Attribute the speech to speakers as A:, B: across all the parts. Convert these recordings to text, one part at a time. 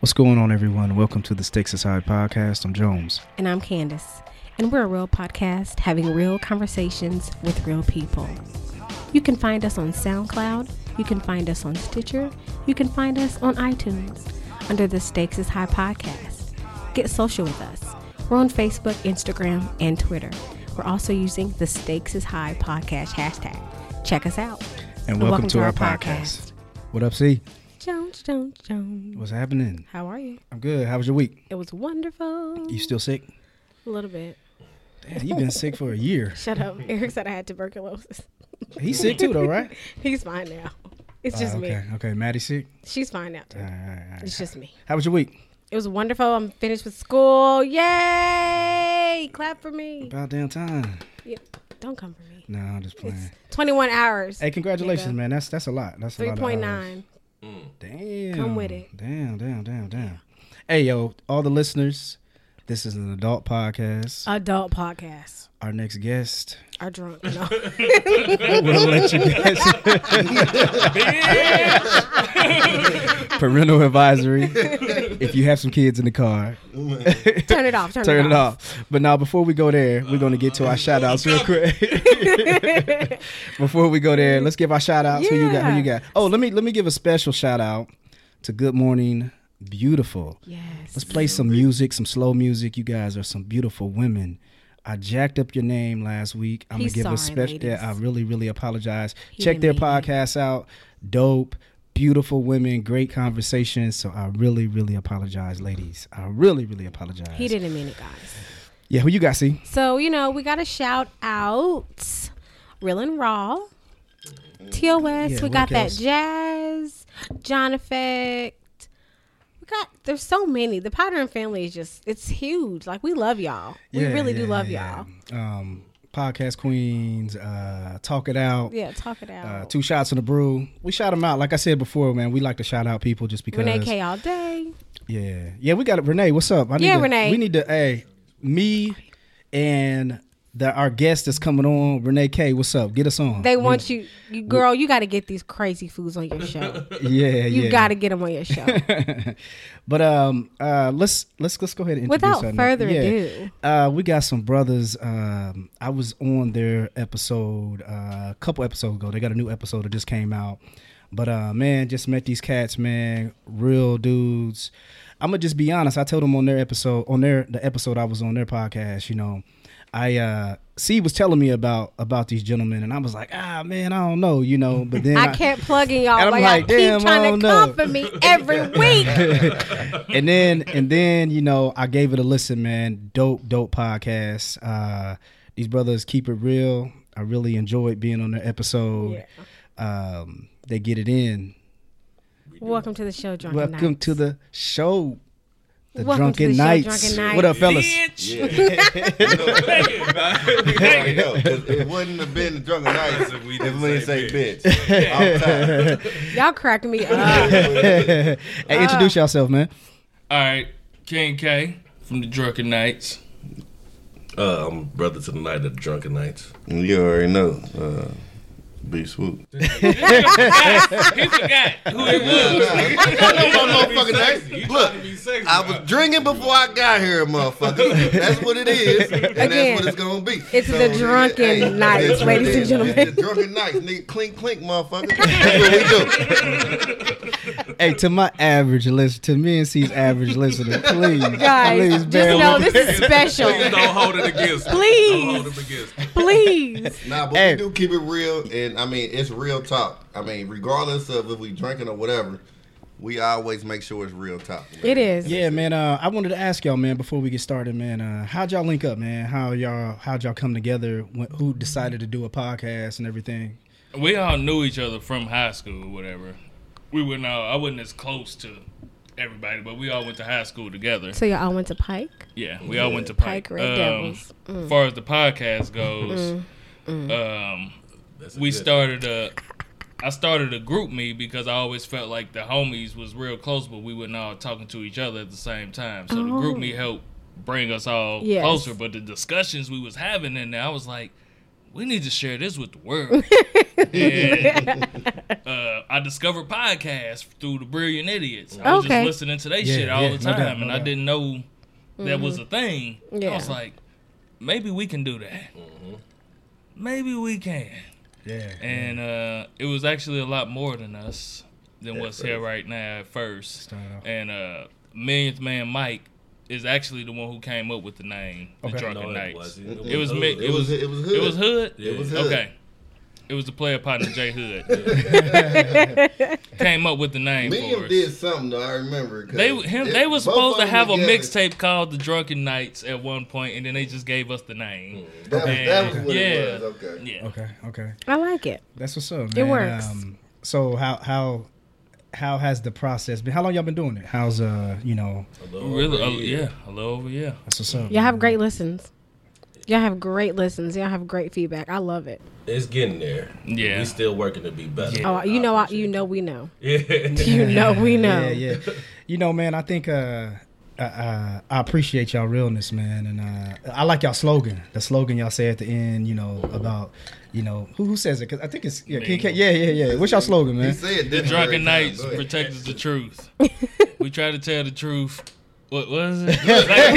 A: What's going on, everyone? Welcome to the Stakes is High podcast. I'm Jones.
B: And I'm Candace. And we're a real podcast having real conversations with real people. You can find us on SoundCloud. You can find us on Stitcher. You can find us on iTunes under the Stakes is High podcast. Get social with us. We're on Facebook, Instagram, and Twitter. We're also using the Stakes is High podcast hashtag. Check us out.
A: And welcome, to, our, podcast. What up, C?
B: Jones, Jones, Jones.
A: What's happening?
B: How are you?
A: I'm good. How was your week?
B: It was wonderful.
A: You still sick?
B: a little bit.
A: Damn, you've been sick for a year.
B: Shut up. Eric said I had tuberculosis.
A: He's sick too, though, right?
B: He's fine now. It's just
A: Ah, okay,
B: me.
A: okay. Maddie sick.
B: She's fine now. too.
A: All right, all right, all
B: It's
A: right.
B: just me.
A: How was your week?
B: It was wonderful. I'm finished with school. Yay! Clap for me.
A: About damn time.
B: Yeah, Don't come for me.
A: No, I'm just playing.
B: It's 21 hours.
A: hey, congratulations,
B: nigga.
A: man. That's that's a lot. That's a lot. of hours.
B: 3.9.
A: Damn.
B: Come with it.
A: Damn, damn, damn, damn. Hey, yo, all the listeners. This is an adult podcast.
B: Adult podcast.
A: Our next guest.
B: Are drunk. No.
A: We'll let you guys. Parental advisory. If you have some kids in the car,
B: turn it off. Turn,
A: turn it off. But now, before we go there, we're going to get to our shout outs real quick. before we go there, let's give our shout outs. Who you got? Who you
B: Yeah.
A: got? Oh, let me let me give a special shout out to Good Morning Beautiful.
B: Yes.
A: Let's play some music, some slow music. You guys are some beautiful women. I jacked up your name last week. I'm
B: He's
A: gonna give a
B: sorry,
A: special.
B: ladies.
A: Yeah, I really, really apologize. Check their
B: didn't mean it.
A: podcast out. Dope, beautiful women, great conversations. So I really, really apologize, ladies. I really, really apologize.
B: He didn't mean it, guys.
A: Yeah, who you got? See,
B: So, you know, we got to shout out Real and Raw, TOS,
A: Yeah,
B: we
A: what
B: got that
A: else?
B: Jazz, John Effect. We got, there's so many. The Potter and Family is just, it's huge. Like, we love y'all. We
A: Yeah,
B: really do
A: yeah,
B: love
A: yeah,
B: y'all.
A: yeah. Um, podcast queens, uh, talk it out.
B: Yeah, talk it out.
A: Uh, two shots in the brew. We shout them out. Like I said before, man, we like to shout out people just because.
B: Renee K all day.
A: Yeah, yeah, we got it. Renee, what's up? I need
B: Yeah,
A: to,
B: Renee.
A: We need to. Hey, me and the, our guest that's coming on, Renee K. What's up? Get us on.
B: They want you, you girl, you got to get these crazy foods on your show.
A: yeah,
B: You
A: yeah.
B: got to get them on your show.
A: But um, uh, let's let's let's go ahead and introduce
B: Without
A: our next-
B: further
A: yeah.
B: ado.
A: Uh, we got some brothers. Um, I was on their episode uh, a couple episodes ago. They got a new episode that just came out. But uh, man, just met these cats, man. Real dudes. I'm gonna just be honest. I told them on their episode, on their the episode I was on their podcast. You know, I uh, C was telling me about about these gentlemen, and I was like, ah, man, I don't know, you know. But then
B: I kept plugging y'all.
A: And I'm
B: like,
A: like,
B: I
A: damn,
B: keep trying
A: I
B: to
A: don't
B: come for me every week.
A: and then and then you know I gave it a listen, man. Dope, dope podcast. Uh, these brothers keep it real. I really enjoyed being on their episode. Um, they get it in.
B: Welcome to the show, Drunken
A: Welcome
B: Knights.
A: to the show, the
B: Welcome to
A: Drunken
B: the show,
A: Knights.
B: Drunken Knights.
A: What up, fellas?
C: I know. 'cause It wouldn't have been the drunken nights if we didn't, say bitch. All the
B: Y'all crack me up.
C: time.
A: Hey, introduce yourself, man.
D: All right, King K from the Drunken Knights.
E: Uh, I'm brother to the night of the drunken nights.
C: you already know. Uh, be swoop.
D: He forgot who it
C: Look, I was drinking before I got here, motherfucker. That's what it is, and
B: Again,
C: that's what it's gonna be.
B: it's the drunken
C: night,
B: nights, ladies and gentlemen.
C: It's the drunken nights, nigga. Clink, clink, motherfucker. That's what we do.
A: Hey, to my average listener, to me and C's average listener, please,
B: Guys,
A: please
B: just
A: bear
B: know
A: with me.
B: this is special.
E: Please don't hold it against me. Don't hold
B: Please,
E: it against me.
B: please.
C: Nah, but
A: Hey.
C: we do keep it real, and I mean it's real talk. I mean, regardless of if we drinking or whatever, we always make sure it's real talk.
B: It is.
A: Yeah, man. Uh, I wanted to ask y'all, man, before we get started, man. Uh, how'd y'all link up, man? How y'all how'd y'all come together? When, who decided to do a podcast and everything?
D: is. We all knew each other from high school, or whatever. We were not. I wasn't as close to everybody, but we all went to high school together.
B: So y'all went to Pike.
D: Yeah, we all went to Pike.
B: Pike Red Devils. Mm.
D: As far as the podcast goes, um,
E: That's a
D: we
E: good-
D: started a. I started a group me because I always felt like the homies was real close, but we weren't all talking to each other at the same time. So the group me helped bring us all
B: Oh. Yes.
D: closer. But the discussions we was having in there, I was like, we need to share this with the world. and, uh, I discovered podcasts through the Brilliant Idiots. I was
B: Okay.
D: just listening to they
A: Yeah,
D: shit all
A: yeah,
D: the
A: no
D: time,
A: doubt, no
D: and I
A: doubt.
D: didn't know that was a thing. I was
B: Mm-hmm. Yeah.
D: like, maybe we can do that. Maybe we can.
A: Yeah.
D: And uh, it was actually a lot more than us than
E: At
D: what's here
E: first.
D: right now at first.
A: Started off.
D: And uh, Millionth Man Mike is actually the one who came up with the name
A: Okay.
D: The Drunken
E: No, it
D: Knights.
E: wasn't.
D: It
E: It
D: was,
E: was
D: Mi-
E: Hood.
D: it was
C: it was
D: it was Hood.
E: It
C: was
E: Hood.
D: Okay. It was the player partner Jay Hood. Came up with the name
C: Me and
D: for
C: him
D: us.
C: did something though. I remember. 'cause
D: They him
C: it-
D: they were
C: both
D: supposed
C: of
D: to
C: them
D: have a
C: together.
D: mixtape called The Drunken Knights at one point, and then they just gave us the name.
C: That was, that was what
D: yeah,
C: it was. Okay.
D: yeah.
A: Okay. Okay.
B: I like it.
A: That's what's up. Man. um,
B: It works.
A: so how how how has the process been? How long y'all been doing it? How's uh you know
D: Really, a- yeah, a little over, yeah.
A: that's what's up.
B: Y'all have great listens. Y'all have great listens. Y'all have great feedback. I love it.
E: It's getting there.
D: Yeah.
E: We still working to be better.
D: Yeah.
B: Oh, you know, I, you know, we know.
E: Yeah.
B: You know, we know.
A: Yeah, yeah. you know, man, I think uh, I, I, I appreciate y'all realness, man, and uh, I like y'all slogan. The slogan y'all say at the end, you know, about you know who, who says it? Cause I think it's yeah, King K. Yeah, yeah, yeah. What's y'all slogan,
C: He
A: man?
C: said
D: The
C: this
D: Drunken
C: every time,
D: Knights
C: go ahead.
D: protects the truth. we try to tell the truth. What was it? Like,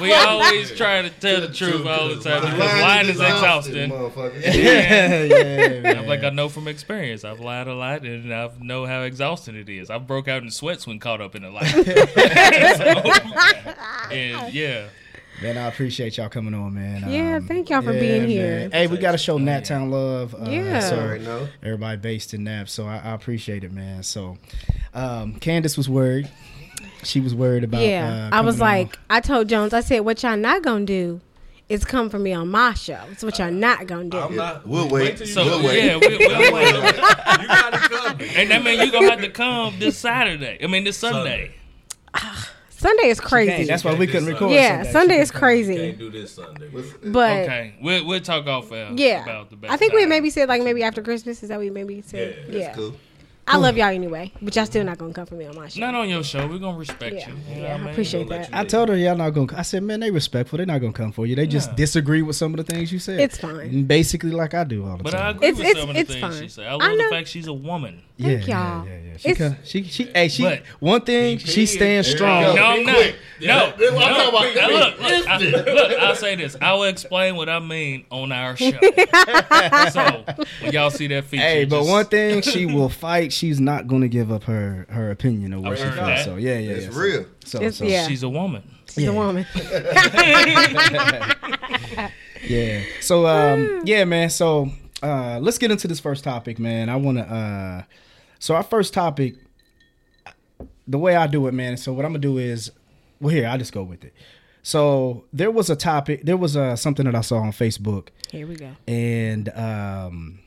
D: we always try to tell the truth all the time because lying is exhausting.
C: motherfucker.
A: yeah, yeah.
D: I'm
A: man.
D: like I know from experience. I've lied a lot, and I know how exhausting it is. I broke out in sweats when caught up in a lie. So, and yeah,
A: Man, I appreciate y'all coming on, man. Um,
B: Yeah, thank y'all for being here.
A: Hey, we got to show Nat Town love. Uh,
B: Yeah.
A: so
C: Alright, Oh, no.
A: everybody based in Nap, so I, I appreciate it, man. So, um, Candace was worried. She was worried about.
B: Yeah.
A: uh,
B: I was
A: coming on.
B: like, I told Jones, I said, what y'all not going to do is come for me on my show. It's what y'all not going to do.
E: I'm not.
C: We'll wait.
E: till you
D: so
E: get there.
D: yeah, we, we,
E: I'm like, you gotta come.
D: and that mean you gonna have to come this Saturday. I mean this Sunday.
E: Sunday.
B: Sunday is crazy.
A: Dang, that's why we couldn't record.
B: yeah,
A: Sunday.
B: Sunday is
E: Can't
B: crazy.
E: do this Sunday.
B: But
D: Okay, we'll we'll talk off air.
B: yeah,
D: about the best
B: I think we
D: time.
B: maybe said like maybe after Christmas. Is that we maybe said?
E: Yeah,
B: Yeah.
E: that's
C: Cool.
B: I love y'all anyway, but y'all still not going to come for me on my show.
D: not on your show. We're gonna respect
B: Yeah,
D: you.
B: yeah,
D: You know
B: I
D: what I mean?
B: appreciate
E: Let
B: that.
E: you
A: I
E: live.
A: told her y'all not gonna. I said, man, they respectful. They're not gonna come for you. They just
D: Nah.
A: disagree with some of the things you said.
B: It's fine.
A: Basically, like I do all the
D: But I
A: time.
D: agree
B: It's-
D: with
B: it's-
D: some of the
B: it's
D: things
B: fine.
D: she said. I love
B: I know.
D: the fact she's a woman.
A: yeah,
B: Thank
A: yeah,
B: y'all.
A: yeah, yeah. She,
B: It's-
A: come, she, she, hey, she.
D: But-
A: one thing, she stands
D: No,
A: strong.
D: I'm not.
C: quick.
D: No,
C: Yeah, I'm
D: no.
C: talking about-
D: Now, look, look, I, look. I'll say this. I will explain what I mean on our show. so when y'all see that feature,
A: Hey, but
D: just-
A: one thing, she will fight. She's not going to give up her her opinion or what
D: I've
A: she
D: heard
A: feels.
D: that.
A: So yeah, yeah,
C: It's
A: yeah. So-
C: real.
A: So,
B: It's-
A: so-
B: yeah.
D: she's a woman.
B: She's
A: Yeah.
B: a woman.
A: yeah. So um, yeah, man. So uh, let's get into this first topic, man. I want to. Uh, so our first topic, the way I do it, man. So what I'm gonna do is, well, here I just go with it. So there was a topic. There was uh, something that I saw on Facebook
B: Here we go.
A: and um,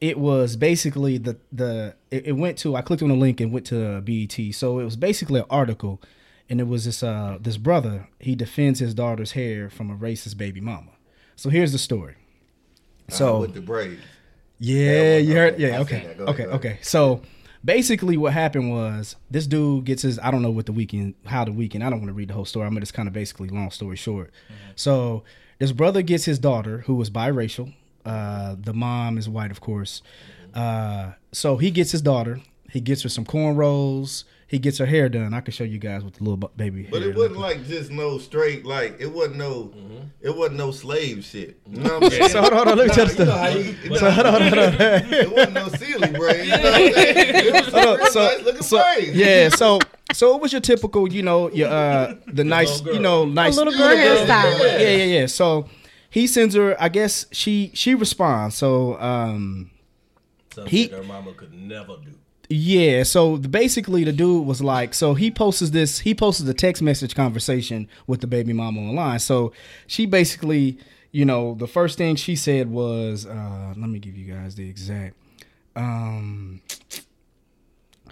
A: it was basically the the it, it went to I clicked on the link and went to BET. So it was basically an article, and it was this uh this brother he defends his daughter's hair from a racist baby mama. So here's the story. So
C: So with the braids.
A: yeah,
C: one,
A: you
C: okay.
A: heard.
C: I
A: Yeah,
C: seen
A: okay,
C: that. Go
A: okay,
C: ahead, go ahead.
A: okay. So basically, what happened was this dude gets his. I don't know what the weekend, how the weekend. I don't want to read the whole story. I'm gonna just kind of basically long story short.
C: Mm-hmm.
A: So this brother gets his daughter, who was biracial. Uh, the mom is white, of course.
C: Mm-hmm.
A: Uh, so he gets his daughter. He gets her some cornrows. He gets her hair done. I can show you guys with the little bu- baby.
C: But
A: hair
C: it wasn't like just no straight like it wasn't no
D: Mm-hmm.
C: it wasn't no slave shit. You know what I'm saying?
A: So hold on, hold on, let me tell the
C: You know how
A: story.
C: you- you know how- It wasn't no silly braids. You know what I'm saying? It was some
A: Hold
C: real
A: up, so,
C: nice looking
A: so-
C: braids.
A: yeah, so so it was your typical, you know, your uh the nice,
E: girl.
A: you know, nice
B: little girl hairstyle.
A: Yeah, yeah, yeah, yeah. So he sends her. I guess she she responds. So um
E: Something
A: He-
E: her mama could never do.
A: yeah, so the- basically the dude was like, so he posts this, he posted a text message conversation with the baby mama online. So she basically, you know, the first thing she said was, uh, let me give you guys the exact. Um,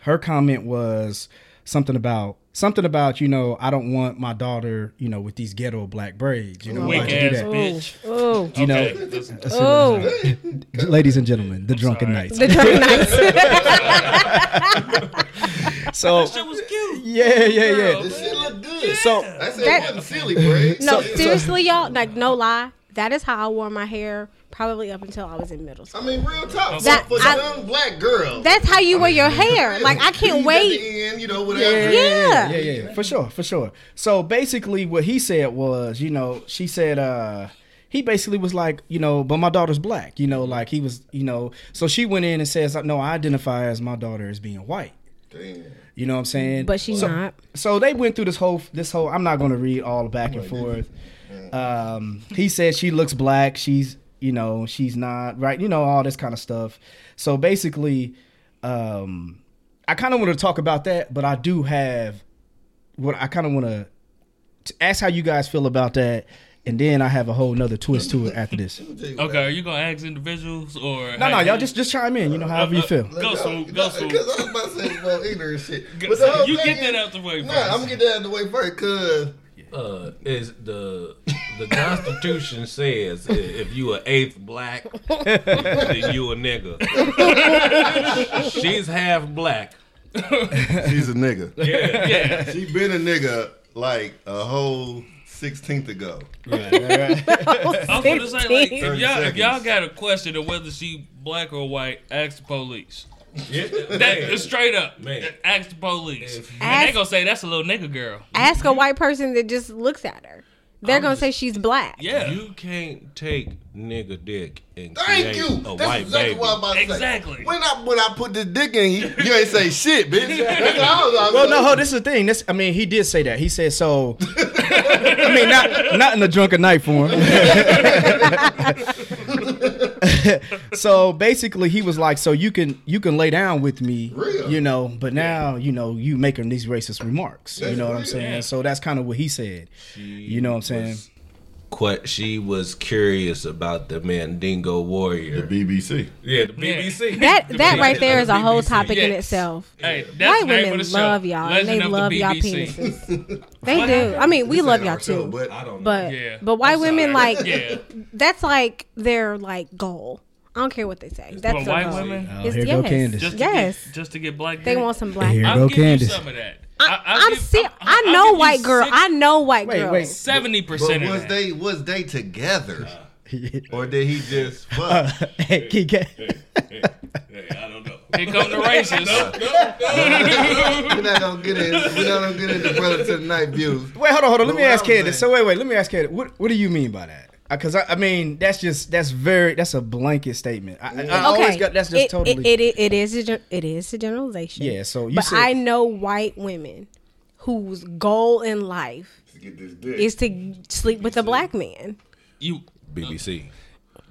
A: her comment was something about something about you know I don't want my daughter you know with these ghetto black braids. You know why
D: Weak
A: you do
D: ass
A: that?
D: bitch.
B: Oh,
A: You know,
D: Okay, listen.
B: oh,
A: ladies and gentlemen, the drunken
D: sorry.
A: knights.
B: the drunk nights.
A: So
D: That was cute.
A: yeah, yeah, yeah.
C: This shit look good.
A: So
C: I said it wasn't silly braids.
B: No,
C: So-
B: seriously, y'all. Like, no lie. That is how I wore my hair probably up until I was in middle school.
C: I mean, real talk.
B: That-
C: for
B: I-
C: some young black girl.
B: That's how you wear your hair. Like I can't
C: you At
B: wait.
C: the end, you know, whatever.
A: yeah, yeah, yeah, for sure, for sure. So basically, what he said was, you know, she said, uh, he basically was like, you know, but my daughter's black, you know, like he was, you know, so she went in and says, no, I identify as my daughter as being white.
C: Damn.
A: You know what I'm saying?
B: But she's
A: so,
B: not.
A: So they went through this whole, this whole. I'm not going to read all the back and forth. Um, he said she looks black. She's, you know, she's not right. You know, all this kind of stuff. So basically, um, I kind of want to talk about that, but I do have what I kind of want to ask how you guys feel about that, and then I have a whole nother twist to it after this.
D: Okay, are you gonna ask individuals or
A: No, no, y'all just just chime in. You know, however you feel.
D: Go so, go so.
C: Because I was about to say it's about ignorant shit.
D: Go-
C: But the whole
D: you
C: thing
D: get that
C: is-
D: out the way
C: Nah,
D: first.
C: I'm gonna get that out the way first, cause
E: Uh, is the the Constitution says i- if you are eighth black, then you a nigga. She's half black.
C: she's a nigga.
E: Yeah,
D: Yeah,
C: She been a nigga like a whole sixteenth ago.
D: I'm gonna say like if
C: 30
D: y'all if y'all
C: seconds.
D: got a question of whether she black or white, ask the police.
E: yeah.
D: That
E: man.
D: is straight up.
E: Man.
D: Ask the police.
E: If-
D: and they
B: Ask-
D: gonna say that's a little nigga girl.
B: Ask a white person that just looks at her. They're gonna say she's black.
D: Yeah.
E: You can't take nigga dick and create
C: Thank you.
E: a
C: That's
E: white
C: exactly
E: baby.
C: what I'm about to say.
D: Exactly.
C: When I when I put this dick in you, you ain't say shit, bitch. That's what I was, I was
A: Well,
C: like,
A: no, hold. This is the thing. This, I mean, he did say that. He said so. I mean, not not in the drunken night form. so basically, he was like, "So you can you can lay down with me,
C: Real.
A: you know." But now, you know, you making these racist remarks. you
C: That's
A: know what I'm
C: real.
A: saying? So that's kind of what he said. you know what I'm saying?
E: Qu- she was curious about the Mandingo warrior.
C: BBC.
E: yeah, the BBC.
B: That that right there is a
E: The
B: whole
E: BBC.
B: topic in
D: Yes.
B: itself.
D: Hey, that's
B: White
D: the name
B: women
D: of the show.
B: love y'all. and
D: Legend
B: they
D: of the
B: love y'all
D: BBC.
B: penises. They do. I mean, we love y'all too.
C: but
E: I don't know.
B: But
D: Yeah.
B: but white
D: I'm
B: women
D: sorry.
B: like
D: Yeah.
B: that's like their like goal. I don't care what they say. That's
D: But
B: their
D: white
B: goal.
D: women
A: Oh,
B: It's-
A: here go
B: yes.
A: Candace.
D: just to
B: Yes.
D: get, just to get black.
B: They
D: dick.
B: want some black.
A: Here
D: I'll
A: go
D: give you
A: Candace.
D: some of that.
B: I, I'm see, I, know white girl. I know white
A: Wait,
B: girl.
A: wait.
D: Seventy
C: but
D: percent
C: was
D: of that.
C: they was they together, or did he just fuck?
A: hey, he got-
E: Hey, I don't know.
D: Here come the racists.
C: we're not gonna get in. We're not gonna get into brother to the night views.
A: Wait, hold on, hold on. Let
C: But
A: me
C: what I
A: ask
C: was
A: Candace. So
C: saying-
A: wait, wait. Let me ask Candace. What what do you mean by that? Because I, I mean, that's just that's very that's a blanket statement. I, I- I always got that's just
B: it,
A: totally.
B: it, it, it is a, gen- it is a generalization.
A: Yeah, so you
B: but
A: said-
B: I know white women whose goal in life
C: Get this dick.
B: is to sleep with a black man.
D: You.
E: BBC.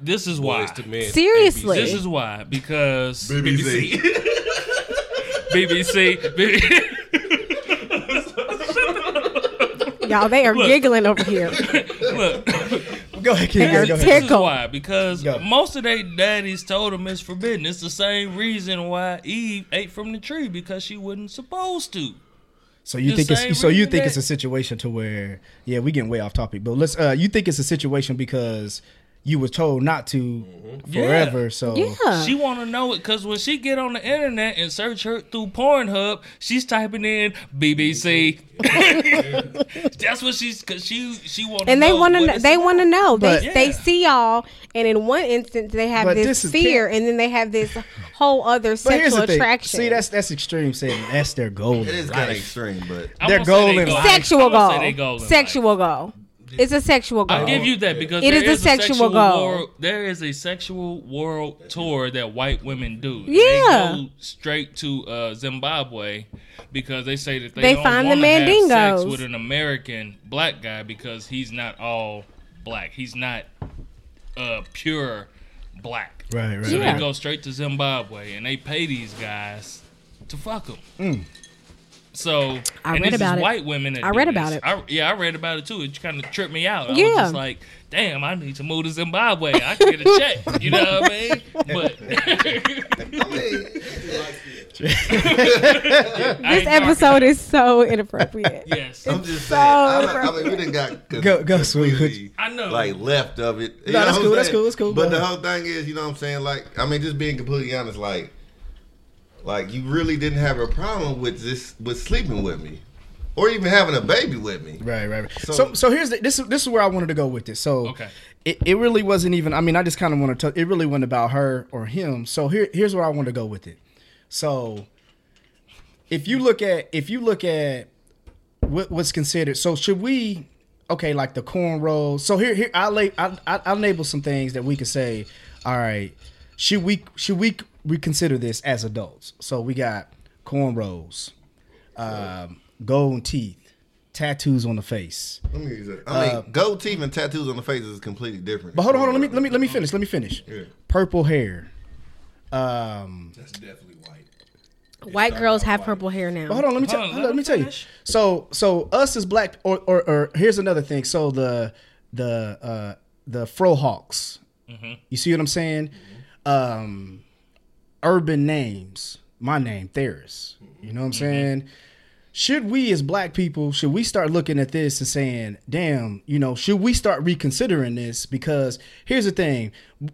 D: This is why.
E: Boys to men.
B: Seriously.
D: This is why because
C: BBC.
D: BBC.
B: Y'all, they are giggling over here.
D: Look,
A: go ahead, Keith. Go,
B: There's
A: go
B: a
A: ahead.
D: this is
B: Tickle.
D: why because
A: Go.
D: most of they daddies told them it's forbidden. It's the same reason why Eve ate from the tree because she wasn't supposed to.
A: So you
D: the
A: think
D: same
A: it's so you
D: reason
A: think
D: that-
A: it's a situation to where yeah we getting way off topic, but let's uh you think it's a situation because you were told not to
C: Mm-hmm.
A: forever. So
B: Yeah.
D: She want to know it because when she get on the internet and search her through Pornhub, she's typing in BBC. That's what she's because she she want.
B: and they want to they want to know they
D: But-
B: they
D: Yeah.
B: see y'all and in one instance they have
A: But
B: this,
A: this is
B: fear and then they have this whole other
A: but here's
B: sexual
A: the thing.
B: attraction
A: See that's that's extreme saying that's their goal.
C: It is
A: in
C: kind of
A: life.
C: extreme, but
D: I'm
A: their
D: gonna say
A: goal
D: they
A: in
D: go-
A: life.
B: sexual
D: I'm gonna say
B: goal
D: they go in life.
B: sexual goal it's a sexual goal
D: I'll give you that because
B: It
D: there
B: is a sexual goal.
D: world- there is a sexual world tour that white women do.
B: Yeah.
D: they go straight to uh, Zimbabwe because they say that they,
B: They
D: don't
B: find the
D: wanna have sex
B: Mandingos.
D: with an American black guy because he's not all black. He's not uh, pure black.
A: Right, right.
D: So
A: right.
B: Yeah.
D: they go straight to Zimbabwe and they pay these guys to fuck them. So
B: Mm. I
D: and
B: read
D: this
B: about
D: is
B: it.
D: white women. That
B: I
D: do
B: read
D: this.
B: about it.
D: I, yeah, I read about it too. It kind of tripped me out. I was
B: Yeah.
D: just like, damn, I need to move to Zimbabwe. I can get a check. You know what I mean? But
C: I mean,
D: I
B: this
D: ain't dark.
B: episode is so inappropriate
D: Yes.
C: I'm just
B: So
C: saying. I, don't- I
B: inappropriate.
C: mean, we didn't got
A: Go- go, sweet.
C: completely,
D: I know.
C: Like left of it. You
A: No, that's
C: know what I'm
A: cool, that's
C: saying?
A: cool, that's cool,
C: But
A: go
C: the
A: ahead.
C: whole thing is, you know what I'm saying? Like, I mean, just being completely honest, like, like you really didn't have a problem with this with sleeping with me. or even having a baby with me.
A: Right, right. right. So,
C: So-
A: so, here's the, this. is- This is where I wanted to go with this. So,
D: Okay.
A: it, it really wasn't even. I mean, I just kind of want to. It really wasn't about her or him. So here, here's where I want to go with it. So, if you look at if you look at what, what's considered, so should we? Okay, like the cornrows. So here, here I lay. I, I, I label some things that we could say. All right, should we should we reconsider this as adults? So we got cornrows, um, golden teeth, tattoos on the face.
C: Let me use that. I mean, gold teeth and tattoos on the face is completely different.
A: Uh, But hold on, hold on. Let me let me let me finish. Let me finish. Purple hair. Um,
F: That's definitely white.
B: White girls have purple hair now.
A: but hold on. Let me tell.
D: Hold on,
A: hold
D: let
A: on, Let me tell
D: him
A: you.
D: finish.
A: So so us as black or or, or here's another thing. So the the uh the frohawks.
D: Mm-hmm.
A: You see what I'm saying? Um, urban names. My name Theris. You know what I'm saying? Should we as black people should we start looking at this and saying, "Damn, you know, should we start reconsidering this?" Because here's the thing: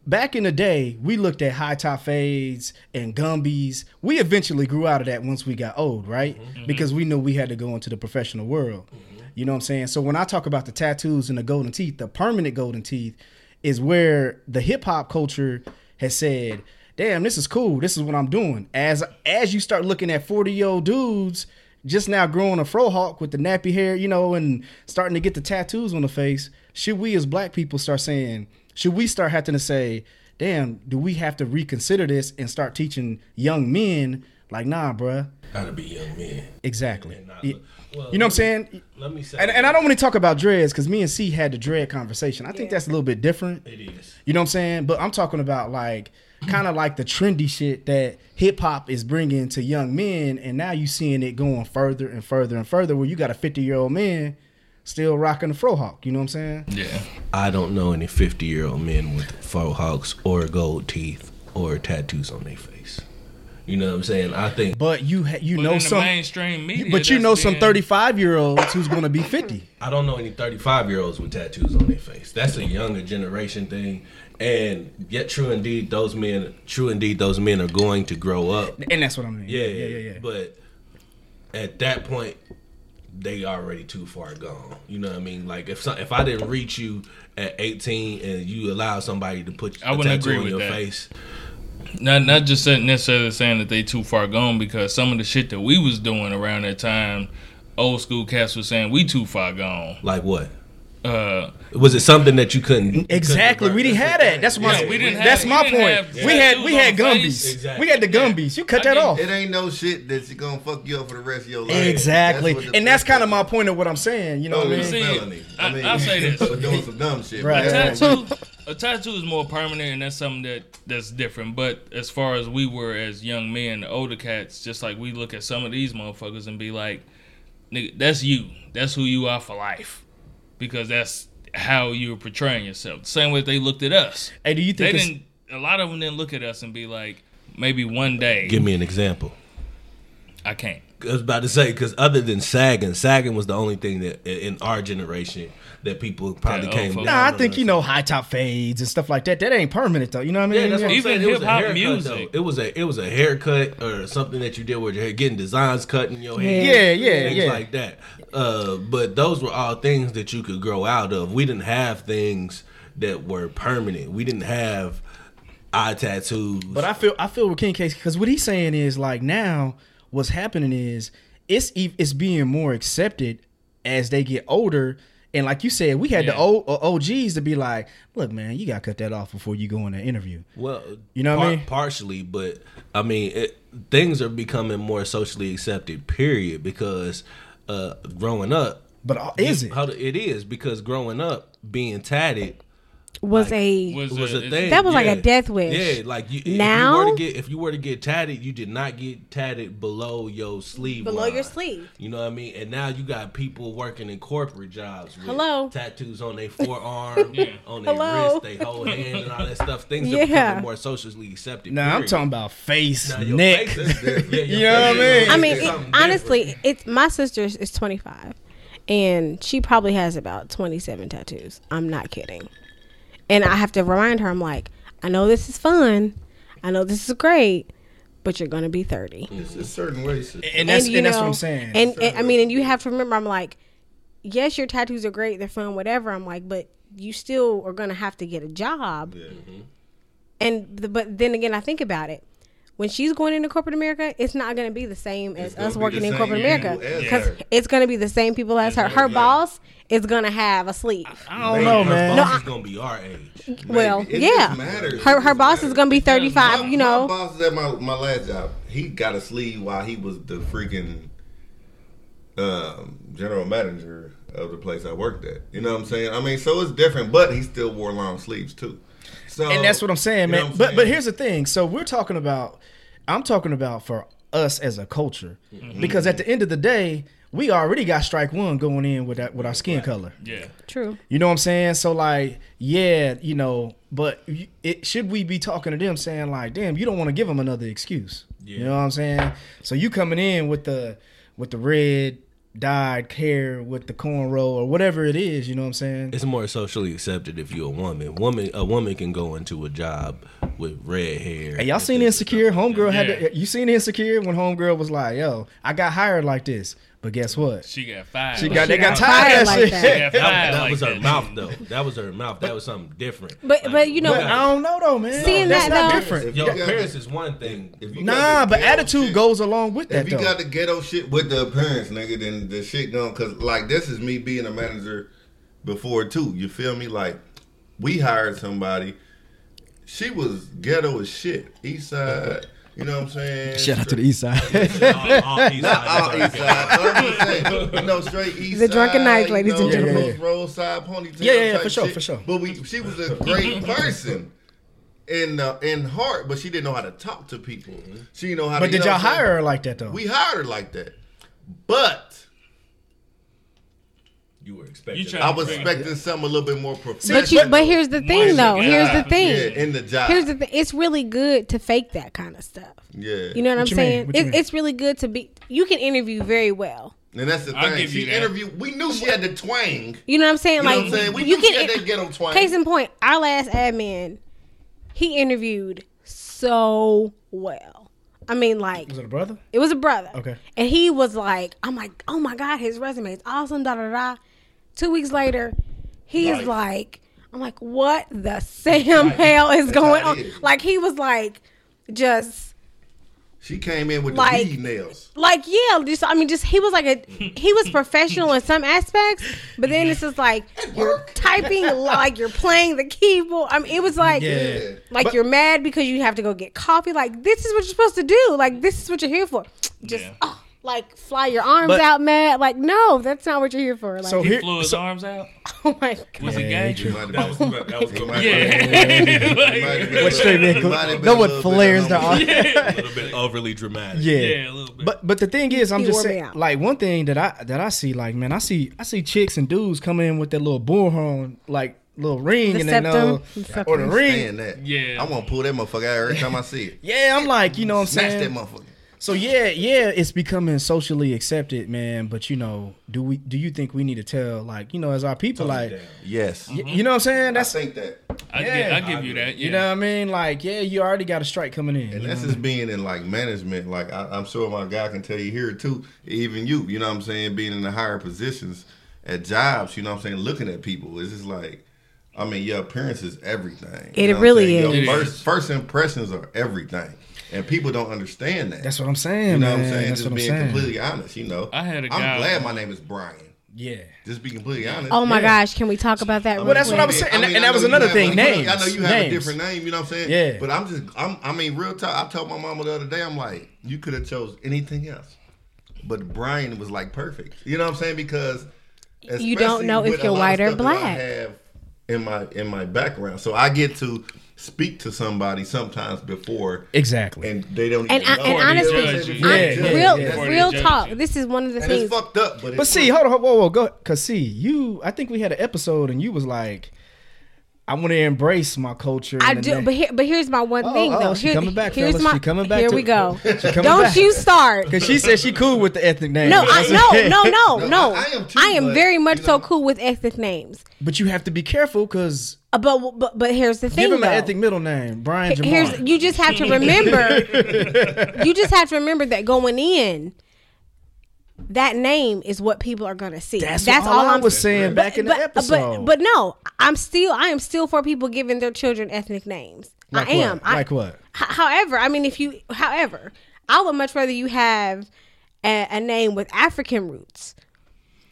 A: back in the day, we looked at high top fades and gumbies. We eventually grew out of that once we got old, right? Because we knew we had to go into the professional world. You know what I'm saying? So when I talk about the tattoos and the golden teeth, the permanent golden teeth is where the hip hop culture has said, "Damn, this is cool. This is what I'm doing." As as you start looking at 40 year old dudes just now growing a frohawk with the nappy hair, you know, and starting to get the tattoos on the face, should we as black people start saying, should we start having to say, "Damn, do we have to reconsider this and start teaching young men like, nah, bruh,
G: Gotta be young men.
A: exactly."
G: And not
A: Y-
G: look- well,
A: you know what I'm saying?
G: Let me say,
A: And, and I don't want to talk about dreads because me and C had the dread conversation. I think that's a little bit different.
G: it is.
A: You know what I'm saying? But I'm talking about like kind of like the trendy shit that hip hop is bringing to young men, and now you seeing it going further and further and further. Where you got a 50 year old man still rocking the frohawk. You know what I'm saying?
D: Yeah.
G: I don't know any 50 year old men with frohawks or gold teeth or tattoos on their face. You know what I'm saying? I think
A: But you ha- you
D: But
A: know
D: in the
A: some,
D: mainstream media,
A: but you
D: that's
A: know some
D: been-
A: 35 year olds who's going to be 50.
G: I don't know any 35 year olds with tattoos on their face. That's a younger generation thing. And yet, true indeed, those men, true indeed, those men are going to grow up.
A: And that's what I mean.
G: Yeah, yeah, yeah. But at that point, they already too far gone. You know what I mean? Like if some, if I didn't reach you at 18 and you allow somebody to put
D: I
G: a
D: wouldn't agree
G: tattoo on
D: with
G: your
D: that.
G: face,
D: Not not just saying- necessarily saying that they too far gone because some of the shit that we was doing around that time, old school cats was saying we too far gone.
G: like what?
D: Uh,
G: Was it something that you couldn't?
A: Exactly, we didn't have that. That's my.
D: Yeah, we didn't have-
A: that's
D: we
A: my
D: didn't
A: point.
D: have
A: we had we had
D: tattoos on
A: gumbies.
D: face.
A: We had the gumbies. You cut that
D: I mean,
A: off.
C: It ain't no shit that's gonna fuck you up for the rest of your life.
A: Exactly,
C: what the-
A: and that's kind of my point of what I'm saying. You know what I
C: Only
A: mean?
D: See,
C: felony.
D: I- I'll say this.
C: for doing some dumb shit. but
A: Right.
C: that's
A: Yeah.
D: a tattoo, a tattoo is more permanent, and that's something that that's different. But as far as we were as young men, the older cats, just like we look at some of these motherfuckers and be like, "Nigga, that's you. That's who you are for life," because that's how you were portraying yourself. The same way they looked at us.
A: Hey, do you
D: They
A: think it's-
D: didn't. A lot of them didn't look at us and be like, "Maybe one day
G: Give me an example.
D: I can't."
G: I was about to say because other than sagging, sagging was the only thing that in our generation that people probably
D: That old
G: came.
D: folk.
G: down
A: Nah, I
G: on
A: think
G: us.
A: you know high top fades and stuff like that. That ain't permanent though. You know what I mean?
G: Yeah, that's what I'm
D: Even
G: saying. It was a
D: hip-hop
G: haircut,
D: music.
G: though. It was a it was a haircut or something that you did where you're getting designs cut in your head.
A: Yeah, yeah,
G: things
A: yeah.
G: like that. Uh, but those were all things that you could grow out of. We didn't have things that were permanent. We didn't have eye tattoos.
A: But I feel I feel with King Case because what he's saying is like now what's happening is it's e- it's being more accepted as they get older. And like you said, we had the
D: Yeah.
A: old uh, OGs to be like, look, man, you gotta cut that off before you go in an interview.
G: Well,
A: You know what I
G: par-
A: mean?
G: Partially, but I mean, it, things are becoming more socially accepted. Period. Because uh, growing up,
A: But uh, is it?
G: How do- it is because growing up, being tatted
B: was a
D: Was,
G: was
D: a,
G: a thing.
B: That was like a death wish.
G: Yeah, like you, now, if you
B: Now-
G: were to get if you were to get tatted, you did not get tatted below your sleeve.
B: below your
G: line.
B: sleeve.
G: You know what I mean? And now you got people working in corporate jobs with
B: Hello.
G: tattoos on their forearm, on their
B: Hello.
G: wrist, they whole hand, and all that stuff. Things
B: Yeah.
G: are becoming more socially accepted.
A: Nah, I'm
G: period.
A: talking about face,
G: Now, your
A: neck.
G: face is different. Yeah, your
A: You know what I
G: face is
A: mean?
B: I mean,
G: something
B: it,
G: different.
B: honestly, it's my sister is, is 25, and she probably has about 27 tattoos. I'm not kidding. And I have to remind her, I'm like, I know this is fun, I know this is great, but you're gonna be thirty.
C: It's, it's certain ways. to-
A: And that's
B: you
A: and, that's what
B: know,
A: I'm saying.
B: And, and I mean, and you have to remember, I'm like, yes, your tattoos are great, they're fun, whatever. I'm like, but you still are gonna have to get a job.
C: Yeah. Mm-hmm.
B: And the, but then again, I think about it. When she's going into corporate America, it's not going to be the same as
C: It's gonna
B: us
C: be
B: working
C: the
B: in
C: same
B: corporate
C: people
B: America
C: as
B: because
C: her.
B: it's going to be the same people as her. Her
C: yeah.
B: boss is going to have a sleeve.
A: I don't know, man.
E: Her
B: No,
E: boss
B: I-
E: is gonna be our age.
B: well,
C: It just
B: yeah,
C: matters. It
B: her her
C: just
B: boss is
C: matters.
B: going to be 35.
C: My-
B: You
A: Oh.
B: know,
C: my boss is at my, my last job. He got a sleeve while he was the freaking um, general manager of the place I worked at. You know what I'm saying? I mean, so it's different, but he still wore long sleeves too. So
A: and that's what I'm saying,
C: Oh, you know
A: man.
C: what I'm
A: but but
C: saying?
A: here's the thing. So we're talking about, I'm talking about for us as a culture,
C: Mm-hmm.
A: because at the end of the day, we already got strike one going in with that with our skin color.
D: Yeah.
B: true.
A: You know what I'm saying? So like, yeah, you know, but you- it should we be talking to them saying like, damn, you don't want to give them another excuse. You know what I'm saying? So you coming in with the with the red dyed hair with the cornrow or whatever it is. You know what I'm saying?
E: It's more socially accepted if you're a woman. Woman, a woman can go into a job with red hair.
A: Hey, y'all seen Insecure? Homegirl had
D: Yeah.
A: to, you seen Insecure when Homegirl was like, "Yo, I got hired like this, but guess what?
D: She got five.
A: She got they got
B: got
A: tired of that
B: fired
A: shit."
B: like that.
D: Yeah,
E: That,
D: five
E: that
D: like
E: was her
D: that.
E: mouth, though. That was her mouth. That was something different.
B: But but you know,
A: But I don't know though, man.
B: Seeing
A: That's
B: that,
A: not
B: though-
A: different.
C: If you
E: Your
C: got
E: appearance
C: the-
E: is one thing.
C: if you got
A: Nah,
C: the
A: but
C: ghetto
A: attitude
C: shit-
A: goes along with that
C: If you
A: though.
C: got the ghetto shit with the appearance, nigga, then the shit gone. Cause like this is me being a manager before too. You feel me? Like we hired somebody. She was ghetto as shit. East side. You know what I'm saying?
A: Shout out to the East Side.
E: All- all these sides
C: All
E: are
C: east
E: ghetto.
C: side. So Uh, I'm just saying, you know, straight east
B: The
C: side.
B: drunken knights, ladies
C: you know,
B: and
A: gentlemen.
C: Post roadside ponytail.
A: Yeah, yeah, yeah,
C: type
A: for sure,
C: shit.
A: for sure.
C: But we, she was a great person in uh, in heart, but she didn't know how to talk to people. She didn't know how.
A: but
C: to,
A: did
C: you know
A: y'all
C: what I'm saying?
A: hire her like that though?
C: We hired her like that, but
E: You were expecting.
D: You
E: that.
D: trying
C: I was expecting something a little bit more professional.
B: but you but here's the thing though. Here's the
D: God.
C: yeah,
B: thing.
C: in the job.
B: Here's the thing. It's really good to fake that kind of stuff.
C: yeah,
B: You know what, I'm
A: you mean?
B: saying?
A: What you
B: It-
A: mean?
B: it's really good to be. You can interview very well.
C: and that's the thing.
D: I'll give
C: she
D: you that.
C: interviewed. We knew she had the twang.
B: You know what I'm saying?
C: You know
B: like
C: what I'm saying? We
B: you
C: knew she
B: can.
C: had that ghetto twang.
B: case in point, our last admin, he interviewed so well. I mean, like
A: was it a brother?
B: it was a brother.
A: Okay.
B: And he was like, I'm like, oh my God, his resume is awesome, da da da. Two weeks later, he's
C: Right.
B: like, I'm like, what the Sam hell is going
C: how
B: on?
C: it is.
B: Like, he was like, just
C: she came in with
B: Like-
C: the weed nails.
B: like yeah just i mean just he was like a he was professional in some aspects but then it's just like you're typing like you're playing the keyboard i mean it was like
A: Yeah.
B: like
A: But-
B: you're mad because you have to go get coffee like this is what you're supposed to do like this is what you're here for just
D: Yeah.
B: oh, like fly your arms
A: But-
B: out mad like no that's not what you're here for like
A: So
D: He
A: here,
D: flew his
A: so,
D: arms out.
B: oh my god
D: Was he
A: Yeah,
D: gay?
A: true.
E: That was that was
C: It
E: gonna
C: might
E: be
C: have been-
D: Yeah.
C: it might have
D: Like-
C: been a
A: What straight
C: little-
A: man-
C: it might have been
A: no
C: a
A: one
C: little bit
A: flares
C: of
A: the arm.
C: homo-
E: a little bit overly dramatic.
A: Yeah.
D: Yeah, a little bit.
A: But but the thing is, I'm
B: He
A: just
B: wore me
A: saying,
B: out.
A: like one thing that I that I see, like man, I see I see chicks and dudes coming in with that little bullhorn, like little ring
B: The
A: and
B: septum, the
A: then uh,
B: septum.
A: or the ring.
C: Saying that.
D: Yeah.
C: I want to pull that motherfucker out every time I see it.
A: Yeah, I'm like, you know what I'm
C: Snatch that
A: saying.
C: motherfucker.
A: So yeah, yeah, it's becoming socially accepted, man. But you know, do we do you think we need to tell like you know as our people like
E: down.
C: Yes.
A: y- you know what I'm saying?
C: I
A: That's
C: think that.
D: I,
A: Yeah.
D: give, I give you that. Yeah.
A: you know what I mean. Like yeah, you already got a strike coming in.
C: And
D: Mm-hmm.
A: you
C: that's
A: know?
C: just being in like management. Like I, I'm sure my guy can tell you here too. Even you, you know what I'm saying, being in the higher positions at jobs, you know what I'm saying, looking at people. It's just like I mean, your appearance is everything. You
B: It
C: know what I'm
B: really
C: saying?
D: is. It
C: Your
D: is.
C: first first impressions are everything. And people don't understand that.
A: that's what I'm saying,
C: you know
A: man.
C: what I'm saying?
A: That's what
C: just
A: I'm
C: being
A: saying.
C: completely honest, you know.
D: I had a guy-
C: I'm glad my name is Brian.
A: yeah.
C: Just be completely honest.
B: oh my
A: Yeah.
B: gosh can we talk about that
A: Well, that's what I was saying. And- and
C: I
A: that was
C: know you
A: another
C: have
A: thing,
C: a- you know- I know
A: names,
C: you have a
A: names.
C: different name. You know what I'm saying?
A: Yeah.
C: But I'm just, I'm, I mean, real talk. I told my mama the other day, I'm like, you could have chose anything else, but Brian was like perfect. You know what I'm saying? Because
B: You don't
C: especially
B: know if
C: with a
B: you're
C: lot of
B: white or
C: stuff that I
B: black.
C: have in my in my background, so I get to speak to somebody sometimes before,
A: Exactly.
C: and they don't.
B: and,
C: even
B: I,
C: know.
B: and
D: Before they
B: honestly
D: judge
C: you.
B: I-
A: Yeah, yeah,
B: real
A: yeah.
D: Before they
B: real
D: judge
B: talk
D: you.
B: this is one of the
C: And
B: things
C: it's fucked up, but, it's
A: But see,
C: fucked
A: hold on, whoa, whoa, go. Cause see, you, I think we had an episode and you was like, I want to embrace my culture.
B: I
A: and
B: do,
A: then-
B: but here, but here's my one
A: Oh,
B: thing
A: oh,
B: though.
A: she coming back,
B: here's
A: fellas.
B: my.
A: She coming back
B: Here
A: to
B: we
A: it.
B: go.
A: She coming
B: Don't
A: back.
B: you start.
A: Cause she said she cool with the ethnic name.
B: No, I no no no
C: No,
B: no.
C: I- I am too,
B: I am
C: but,
B: very much
C: you
B: so
C: know.
B: cool with ethnic names.
A: But you have to be careful because
B: Uh, But but but here's the thing
A: Give him
B: though.
A: an ethnic middle name, Brian
B: H- here's
A: Jamar.
B: you just have to remember you just have to remember that going in that name is what people are going to see that's, all,
A: I
B: i'm
A: was saying back in the
B: but,
A: episode.
B: but but no i'm still i am still for people giving their children ethnic names
A: like
B: i am
A: What?
B: I,
A: like what?
B: H- however i mean if you however i would much rather you have a, a name with african roots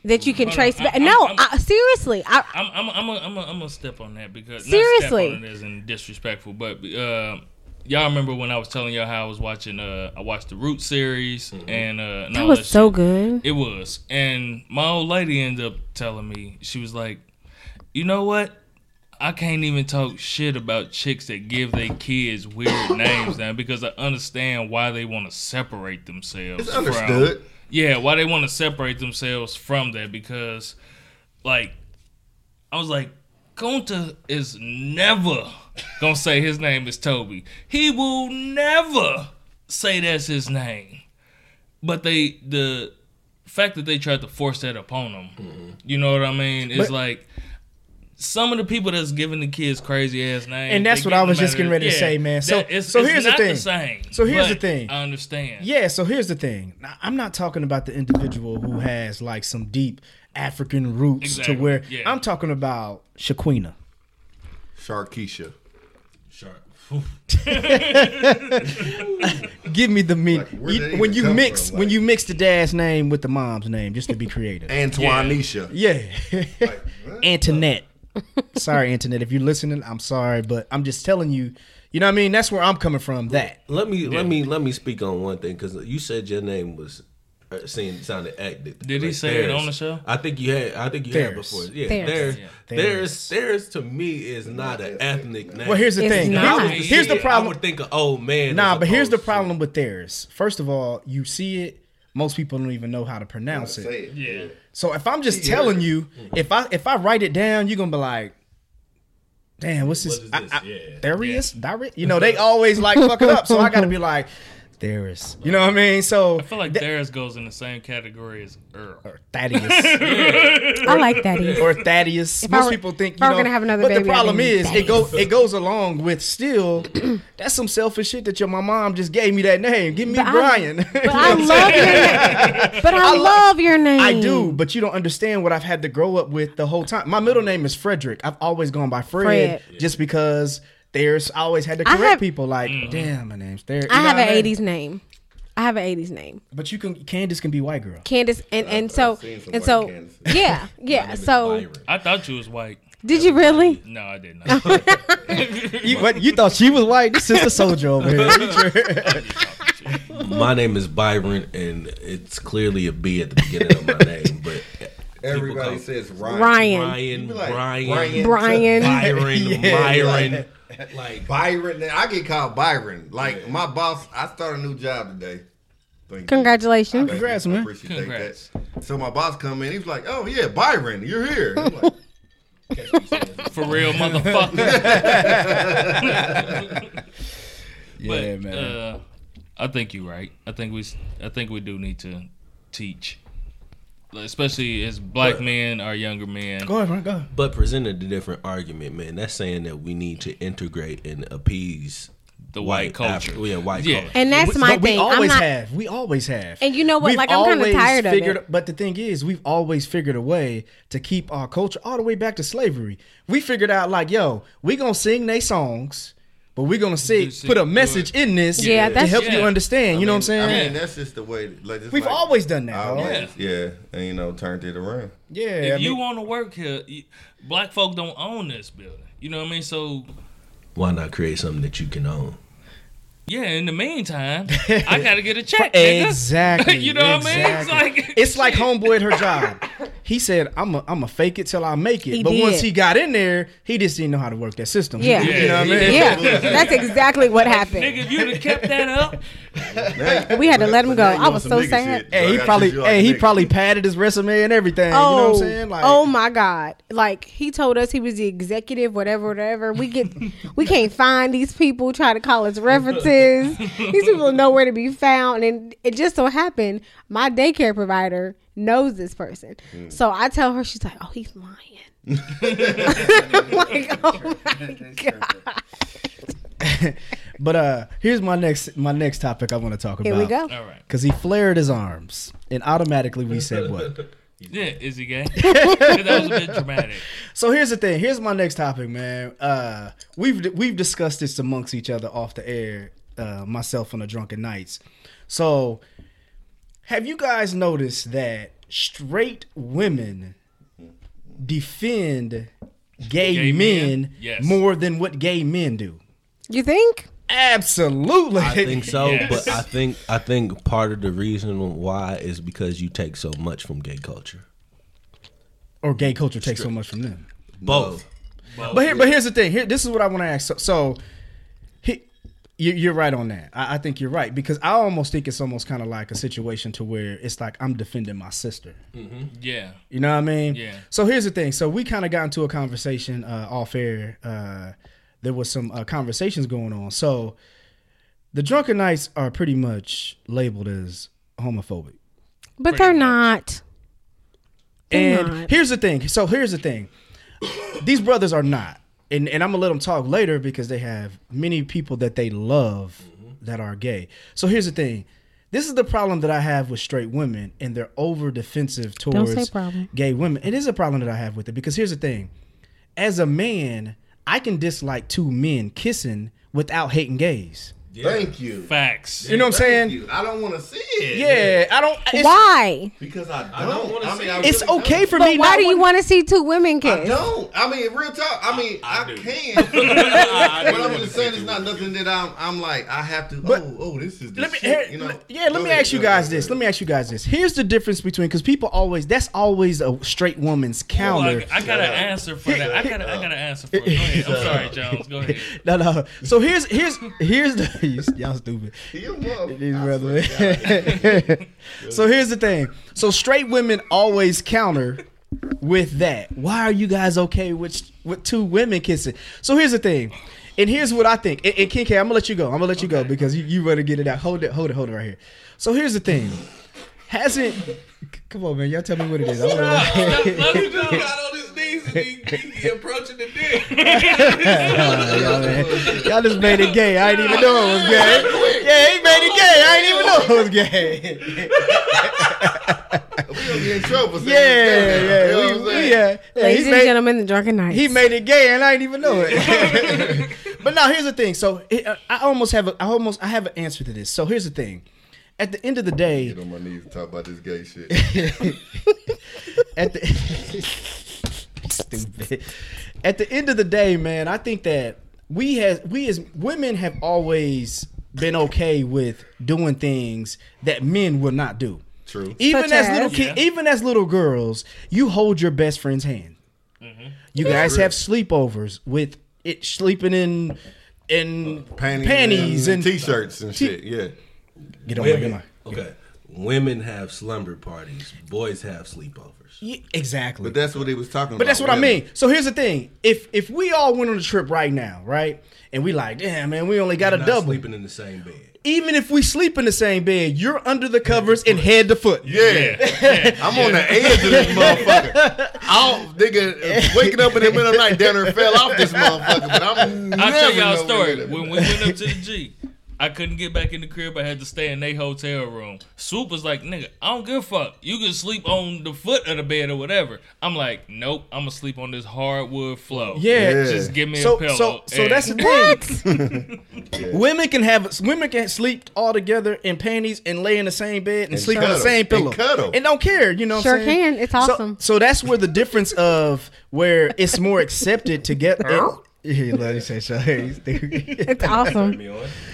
B: that you can
D: on,
B: trace
D: I-
B: back
D: I'm-
B: no
D: I'm-
B: I, seriously I,
D: I'm I'm I'm a, I'm a, I'm a step on that because
B: Seriously.
D: not step on it isn't disrespectful, but uh, y'all remember when I was telling y'all how I was watching uh I watched the Root series and uh and
A: Oh,
B: that
D: all
B: was
D: shit.
B: so good
D: It was, and my old lady ended up telling me she was like, you know what? I can't even talk shit about chicks that give their kids weird names now because I understand why they want to separate themselves.
C: It's understood.
D: From, yeah, why they want to separate themselves from that because, like, I was like, Gunta is never gonna say his name is Toby. He will never say that's his name. But they the fact that they tried to force that upon him, you know what I mean? It's like some of the people that's giving the kids crazy ass names,
A: And that's
D: they
A: what I
D: give
A: was
D: them
A: just getting
D: out of-
A: ready to say, man. So- so here's the
D: not
A: thing.
D: same,
A: So here's the
D: but
A: thing.
D: I understand.
A: Yeah, so here's the thing. Now, I'm not talking about the individual who has like some deep African roots
D: Exactly,
A: to where
D: yeah.
A: I'm talking about Shaquina.
C: Sharkeisha.
G: Sharp.
A: Give me the mean.
C: Like, where
A: you-
C: did it
A: when
C: even
A: you
C: come
A: mix
C: from?
A: when
C: Like-
A: you mix the dad's name with the mom's name just to be creative.
C: Antoineisha.
A: yeah.
C: what?
A: Antoinette. sorry, Antoinette. If you're listening, I'm sorry, but I'm just telling you. You know what I mean? That's where I'm coming from. That
G: Let me let me let me speak on one thing because you said your name was uh, seemed sounded active.
D: Did he say it on the show?
G: I think you had. I think you
A: Theirs.
G: had before. Yeah,
B: Theirs.
G: theirs.
D: Yeah.
G: Theirs. Theirs to me is not an ethnic name.
A: Well, here's the
B: It's
A: thing.
B: not.
A: Here's, the- here's the
G: I
A: problem.
G: would think an old man.
A: Nah,
G: as
A: but here's the
G: opposed to-
A: problem with theirs. First of all, you see it. Most people don't even know how to pronounce it.
C: Say it.
D: yeah.
A: So if I'm just telling you, if I if I write it down, you're gonna be like, "Damn, what's this?"
G: What is
A: I-
G: this?
A: I-
G: Yeah.
A: Darius, Darius. You know, they always like fuck it up. So I gotta be like, "Darius." You know what I mean? So
D: I feel like
A: Th-
D: theirs goes in the same category as Earl.
A: Thaddeus
B: i like that Eve.
A: or Thaddeus.
B: I
A: Most
B: were-
A: people think
B: if
A: you
B: I were
A: know.
B: gonna have another
A: but
B: baby,
A: the
B: I'd
A: problem
B: name
A: is,
B: him
A: it go it goes along with still. that's some selfish shit that your my mom just gave me that name. Give me
B: I-
A: Brian.
B: but i love your name but i, love your name
A: I do, but you don't understand what I've had to grow up with the whole time. My middle name is Frederick. I've always gone by Fred,
B: Fred.
A: just because there's I always had to
B: I
A: correct
B: have- Mm.
A: people. Like, damn, my name's there.
B: I have an '80s name. I have an '80s name,
A: but you can Candace can be white girl.
B: Candace, and and so
C: seen some
B: and
C: white
B: so
C: Candaces.
B: yeah, yeah. So
G: Byron.
D: I thought you was white.
B: did you really?
D: No, I did not.
A: You, what you thought she was white? This is the soldier over here.
G: My name is Byron, and it's clearly a B at the beginning of my name. But
C: Everybody
G: people call-
C: says Ryan.
B: Ryan,
G: Brian,
C: You be like,
G: Brian,
C: Brian.
B: Brian.
G: Byron, Byron. Like
C: Byron. I get called Byron. Like my boss, I start a new job today. Thank you.
B: Congratulations.
C: Thank you.
A: Congrats,
C: I
A: man.
C: appreciate
D: Congrats.
C: that. So my boss come in. He's like, "Oh yeah, Byron, you're here." I'm like,
D: For real, motherfucker.
A: Yeah,
D: but,
A: man.
D: Uh, I think you're right. I think we s- I think we do need to teach, Like, especially as black men are younger men.
A: go ahead, Brian, go. ahead.
G: But presented a different argument, man. That's saying that we need to integrate and appease
D: The white culture.
G: Afri- yeah, white
D: Yeah.
G: culture.
B: And that's
A: We-
B: my
A: but we
B: thing. I'm
A: always
B: not.
A: have. We always have.
B: And you know what?
A: We've
B: Like, I'm kinda
A: always
B: tired of
A: figured,
B: it.
A: But the thing is, we've always figured a way to keep our culture all the way back to slavery. We figured out like, yo, we gonna sing they songs, but we gonna sing,
D: sing
A: put a
D: good.
A: message in this
B: Yeah,
A: to
B: that's-
A: help you
D: Yeah.
A: understand. You know what I'm
C: I
A: saying?
C: mean, that's just the way. that- Like, just
A: We've
C: like-
A: always done that.
C: I
A: dog.
C: always- yeah, and you know, turned it around.
A: Yeah.
D: if
A: I mean,
D: you want to work here, you, black folk don't own this building. You know what I mean? So
G: Why not create something that you can own?
D: yeah. In the meantime, I gotta get a check. nigga.
A: Exactly.
D: you know
A: exactly.
D: what I mean? It's like
A: It's like homeboy at her job. He said, "I'm a, I'm a fake it till I make it."
B: He
A: but
B: did.
A: once he got in there, he just didn't know how to work that system.
B: Yeah.
A: you know what I mean?
B: Yeah, that's exactly what
D: nigga,
B: happened.
D: if you'd have kept that up,
B: We had to let him go.
C: Now you
B: I
C: on
B: was
C: some
B: so
C: nigga
B: sad.
C: shit. So
A: Hey,
C: I
A: he
C: gotta
A: probably,
C: treat you like
A: hey,
C: a
A: he
C: nigga.
A: probably padded his resume and everything. you know what I'm saying? Like,
B: oh my God! Like he told us he was the executive, whatever, whatever. We get, we can't find these people. Try to call us references. these people are nowhere to
A: Hmm.
B: be found, and it just so happened my daycare provider knows this person. So I tell her, she's like, "Oh, he's lying." I'm like, oh my god.
A: But uh, here's my next my next topic I want to talk
B: Here
A: about.
B: we go.
D: All right.
A: Because he flared his arms, and automatically we said what?
D: Yeah, is he gay? that was a bit dramatic.
A: So here's the thing. Here's my next topic, man. Uh, we've we've discussed this amongst each other off the air, uh, myself on the drunken nights. So, have you guys noticed that straight women defend gay,
D: Gay men?
A: men,
D: Yes.
A: more than what gay men do?
B: You think?
A: Absolutely.
G: I think so,
D: Yes.
G: but I think I think part of the reason why is because you take so much from gay culture.
A: or gay culture takes so much from them.
G: Both.
A: But here, but here's the thing. Here, this is what I want to ask. So, so he, you, you're right on that. I, I think you're right because I almost think it's almost kind of like a situation to where it's like I'm defending my sister.
D: Yeah.
A: You know what I mean?
D: Yeah.
A: So here's the thing. So we kind of got into a conversation uh, off air. Uh, there was some uh, conversations going on. So the drunken nights are pretty much labeled as homophobic.
B: But they're not. They're
A: And
B: not.
A: here's the thing. So here's the thing. These brothers are not, and and I'm gonna let them talk later because they have many people that they love
B: Mm-hmm.
A: that are gay. So here's the thing. This is the problem that I have with straight women, and they're over defensive
B: say
A: towards
B: problem.
A: gay women. It is a problem that I have with it because here's the thing. As a man, I can dislike two men kissing without hating gays.
C: Thank you.
D: Facts.
A: You know what I'm
C: Thank
A: saying?
C: you. I don't want to see it.
A: Yeah, I don't. It's,
B: Why?
C: Because I don't. I,
H: don't wanna
C: mean,
H: see
C: I
H: it.
A: it's
C: really
A: okay for me.
B: But why
A: not
B: do you
A: want-
B: want to see two women
C: I
B: kiss?
C: don't. I mean, real talk. I mean, I,
H: do.
C: can.
H: I
C: but
H: do
C: I'm
H: wanna
C: just
H: see
C: saying,
H: you.
C: it's not nothing that I'm. I'm like, I have to. oh, oh, this is. The
A: let me
C: shit,
A: here-
C: you know?
A: let- yeah let
C: Go
A: me
C: ahead,
A: ask you
C: go
A: guys
C: ahead,
A: this
C: go
A: let me ask you guys this here's the difference between because people always that's always a straight woman's counter
D: Like, I got an answer for that. I got I got an answer for it. Go ahead. I'm sorry, Jones. Go ahead.
A: no no so here's here's here's the y'all stupid
C: ahead.
A: These
C: You a
A: brother- so here's the thing so straight women always counter with that why are you guys okay with with two women kissing so here's the thing and here's what I think. And, and King K, I'm gonna let you go. I'm gonna let you go because you, you better get it out. Hold it, hold it, hold it right here. So here's the thing. Hasn't come on, man. Y'all tell me what it is. I wanna-
H: He just got on his knees and he, he approaching the dick.
A: y'all, man. Y'all just made it gay. I didn't even know it was gay. Yeah, he made it gay. I didn't even know it was gay.
C: We gonna get in trouble. for saying
A: Yeah,
C: this,
A: yeah,
C: you know
A: we-
C: what I'm
A: we-
C: saying?
A: yeah. yeah.
B: Ladies
A: he
B: and
A: made-
B: gentlemen, the drunken nights.
A: He made it gay, and I didn't even know it. but now here's the thing. So it, uh, I almost have a, I almost I have an answer to this. So here's the thing. At the end of the day,
C: Get on my knees and talk about this gay shit.
A: at the stupid. At the end of the day, man, I think that we has we as women have always been okay with doing things that men will not do.
C: True.
A: Even
B: Such
A: as,
B: as?
A: little kid, even as little girls, you hold your best friend's hand. You guys have sleepovers with it sleeping in in
C: Uh, Panties,
A: panties and,
C: t-shirts and shit. Yeah.
A: Get on my
G: Women,
A: line.
G: okay. Women have slumber parties. Boys have sleepovers.
A: Yeah, exactly.
C: But that's what he was talking about.
A: But that's what I
C: women.
A: mean. So here's the thing: if if we all went on a trip right now, right, and we like, damn man, we only got a
G: Not
A: double.
G: sleeping in the same bed.
A: Even if we sleep in the same bed, you're under the covers and head to foot.
C: Yeah. I'm on the edge of this motherfucker. I'll nigga uh, waking up in the middle of the night down there fell off this motherfucker. But I'm
D: I'll
C: never
D: tell y'all
C: nowhere
D: a story.
C: near that.
D: When we went up to the G, I couldn't get back in the crib. I had to stay in their hotel room. Swoop was like, nigga, I don't give a fuck. You can sleep on the foot of the bed or whatever. I'm like, nope, I'm going to sleep on this hardwood floor.
A: Yeah.
C: Yeah.
D: Just give me a
A: So
D: pillow.
A: so so
D: and-
A: that's the thing. Women can have women can sleep all together in panties and lay in the same bed and, sleep on the
C: cuddle.
A: same
C: And
A: pillow
C: cuddle.
A: don't care. You know, what
B: Sure
A: I'm saying?
B: can. It's
A: So-
B: awesome.
A: So, that's where the difference of where it's more accepted to get. Yeah, let me say so. He's stupid.
B: It's awesome.
G: You know what?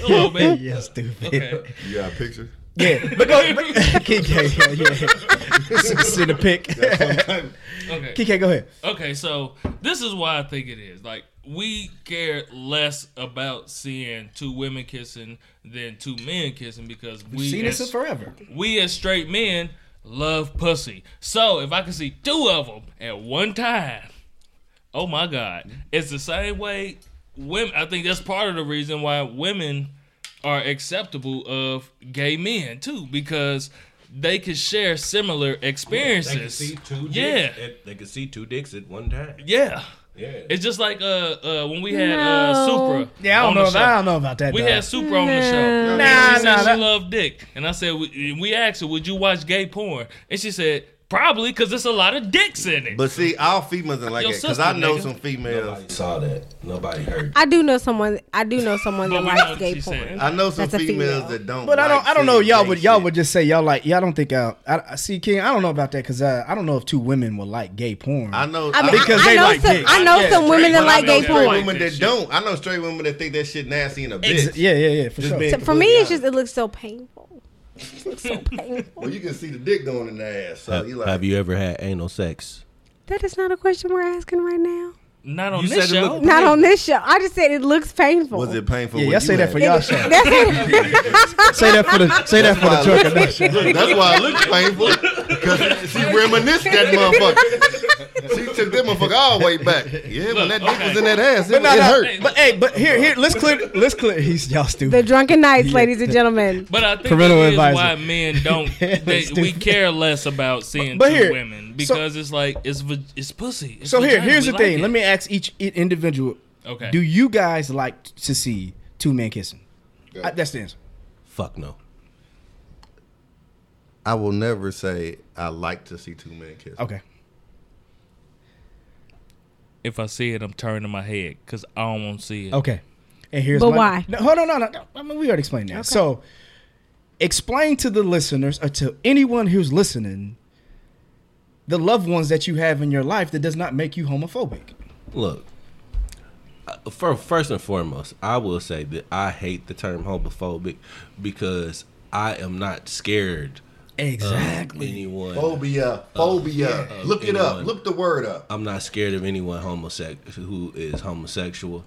D: Hello, man.
A: Yeah, stupid.
D: Okay.
C: You got a picture?
A: Yeah, but go. But, KK, yeah, yeah. S- Send a pic.
D: Okay.
A: KK, go ahead.
D: Okay, so this is why I think it is. Like, we care less about seeing two women kissing than two men kissing because we
A: Seen
D: as-
A: this forever.
D: we as straight men love pussy. So if I can see two of them at one time, oh my god, it's the same way. Women, I think that's part of the reason why women are acceptable of gay men too, because they could share similar experiences.
E: They can see two dicks.
D: Yeah.
E: At, they can see two dicks at one time.
D: Yeah.
E: Yeah.
D: It's just like uh, uh when we had uh,
B: No.
D: Supra.
A: Yeah, I don't
D: on
A: know.
D: the
A: If, I
D: show.
A: don't know about that.
D: We
A: dog.
D: had Supra on the show.
A: Nah,
D: and she
A: nah,
D: said
A: that-
D: she loved dick, and I said we, we asked her, "Would you watch gay porn?" And she said, "Probably, because there's a lot of dicks in it."
C: But see, all females ain't like
D: Your
C: that because
D: sister,
C: I know
D: nigga.
C: some females.
E: Nobody saw that. Nobody heard.
B: I do know someone. I do know someone
D: But
B: that
D: we know
B: likes
D: what
B: gay
D: she's
B: porn.
D: saying.
C: I know some
B: That's a
C: females
B: female.
C: that don't.
I: But I don't.
C: like
I: I don't know.
C: seeing
I: Y'all
C: gay
I: would. Y'all
C: shit.
I: would just say y'all like. Y'all don't think. uh, I, I I- see, King. I don't know about that because I, I don't know if two women will like gay porn.
C: I know.
B: I mean,
I: Because
B: I, I
I: they
B: know
I: like
B: some.
I: dick.
B: I know
I: Yeah,
B: some women that
C: But I
B: like
C: know
B: gay
D: that
C: straight
D: right.
B: porn.
C: women that
D: That shit.
C: don't. I know straight women that think that shit nasty and a bitch.
D: Ex-
I: yeah, yeah, yeah, for sure.
C: being-
B: So for me,
C: completely
B: it's just
C: honest.
B: it looks so painful. It looks so painful.
C: Well, you can see the dick going in the ass. So you like,
G: Have you ever had anal sex?
B: That is not a question we're asking right now.
D: Not on
E: You
D: this
E: said it
D: show.
E: looked-
B: Not on this show. I just said it looks painful.
C: was it painful?
I: Yeah,
C: when
I: y'all
C: you
I: say that
C: had
I: for
C: it?
I: y'all show.
B: That's it.
I: Say that for the. Say that for the
C: That's why I
I: trucker.
C: look- Look, that's why it looks painful. Because she reminisced that motherfucker. She took that motherfucker all the way back. Yeah, when that dick
D: okay.
C: was in that ass, it,
I: But, no,
C: it
I: no,
C: hurt.
I: but hey, but here, here, let's clear, let's clear. He's y'all stupid.
B: the drunken nights, ladies and gentlemen.
D: But I think
I: Parental
D: that is
I: advisory.
D: why men don't. They, we
I: Stupid.
D: care less about seeing
I: But- but
D: two
I: here-
D: women
I: so-
D: because it's like it's va- it's pussy. It's
I: So here,
D: vagina.
I: here's
D: We
I: the
D: like
I: thing.
D: it.
I: Let me ask each i- individual.
D: Okay.
I: Do you guys like t- to see two men kissing? I, that's the answer.
G: Fuck no.
C: I will never say I like to see two men kiss.
I: Okay.
D: if I see it, I'm turning my head because I don't want to see it.
I: Okay. And here's
B: But
I: my,
B: why?
I: No, hold on, no, no, no. I mean, we already explained that. So, explain to the listeners or to anyone who's listening the loved ones that you have in your life that does not make you homophobic.
G: Look, uh, for first and foremost, I will say that I hate the term homophobic because I am not scared of
I: Exactly.
G: anyone.
C: Phobia, phobia. Look it up.
G: anyone.
C: Look the word up.
G: I'm not scared of anyone homosex who is homosexual.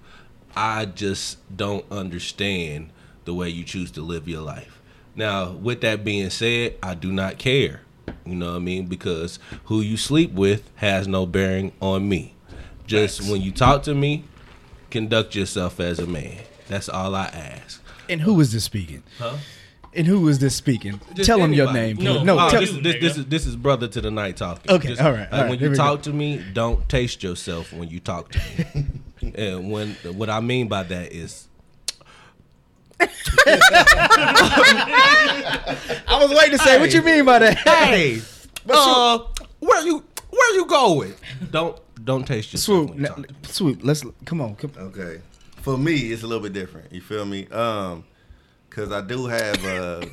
G: I just don't understand the way you choose to live your life. Now, with that being said, I do not care. You know what I mean? Because who you sleep with has no bearing on me. Just when you talk to me, conduct yourself as a man. That's all I ask.
I: and who is this speaking?
G: Huh?
I: And who is this speaking?
G: Just
I: Tell him your
G: anybody.
I: name.
D: No,
I: please. no
G: Oh,
I: tell,
G: this, is- this, this is this is brother to the night talking.
I: Okay, all right,
G: like,
I: all right,
G: when
I: here
G: you
I: we go.
G: talk to me, don't taste yourself when you talk to me. and when what I mean by that is
I: I was waiting to say, what you mean by that?
G: Hey, uh, where you where you going? Don't don't taste yourself.
I: swoop,
G: When you
I: now,
G: talk to me.
I: swoop. Let's come on. Come,
C: Okay. For me, it's a little bit different. You feel me? Um, cause I do have uh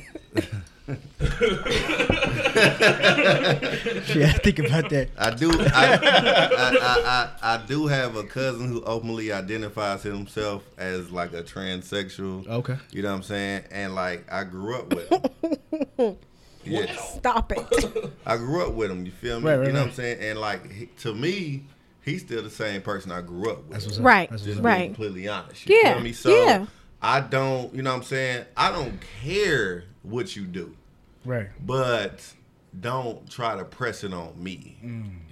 I: yeah, think about that.
C: I do I, I, I, I, I do have a cousin who openly identifies himself as like a transsexual.
I: Okay.
C: You know what I'm saying? And like I grew up with him. yes.
B: Stop it.
C: I grew up with him, you feel me?
I: Right, right,
C: you know
I: right.
C: what I'm saying? And like he, to me, he's still the same person I grew up with.
B: Right.
C: just being
B: Right.
C: completely honest. You
B: Yeah,
C: feel me? So
B: yeah.
C: I don't, you know what I'm saying? I don't care what you do,
I: Right.
C: but don't try to press it on me.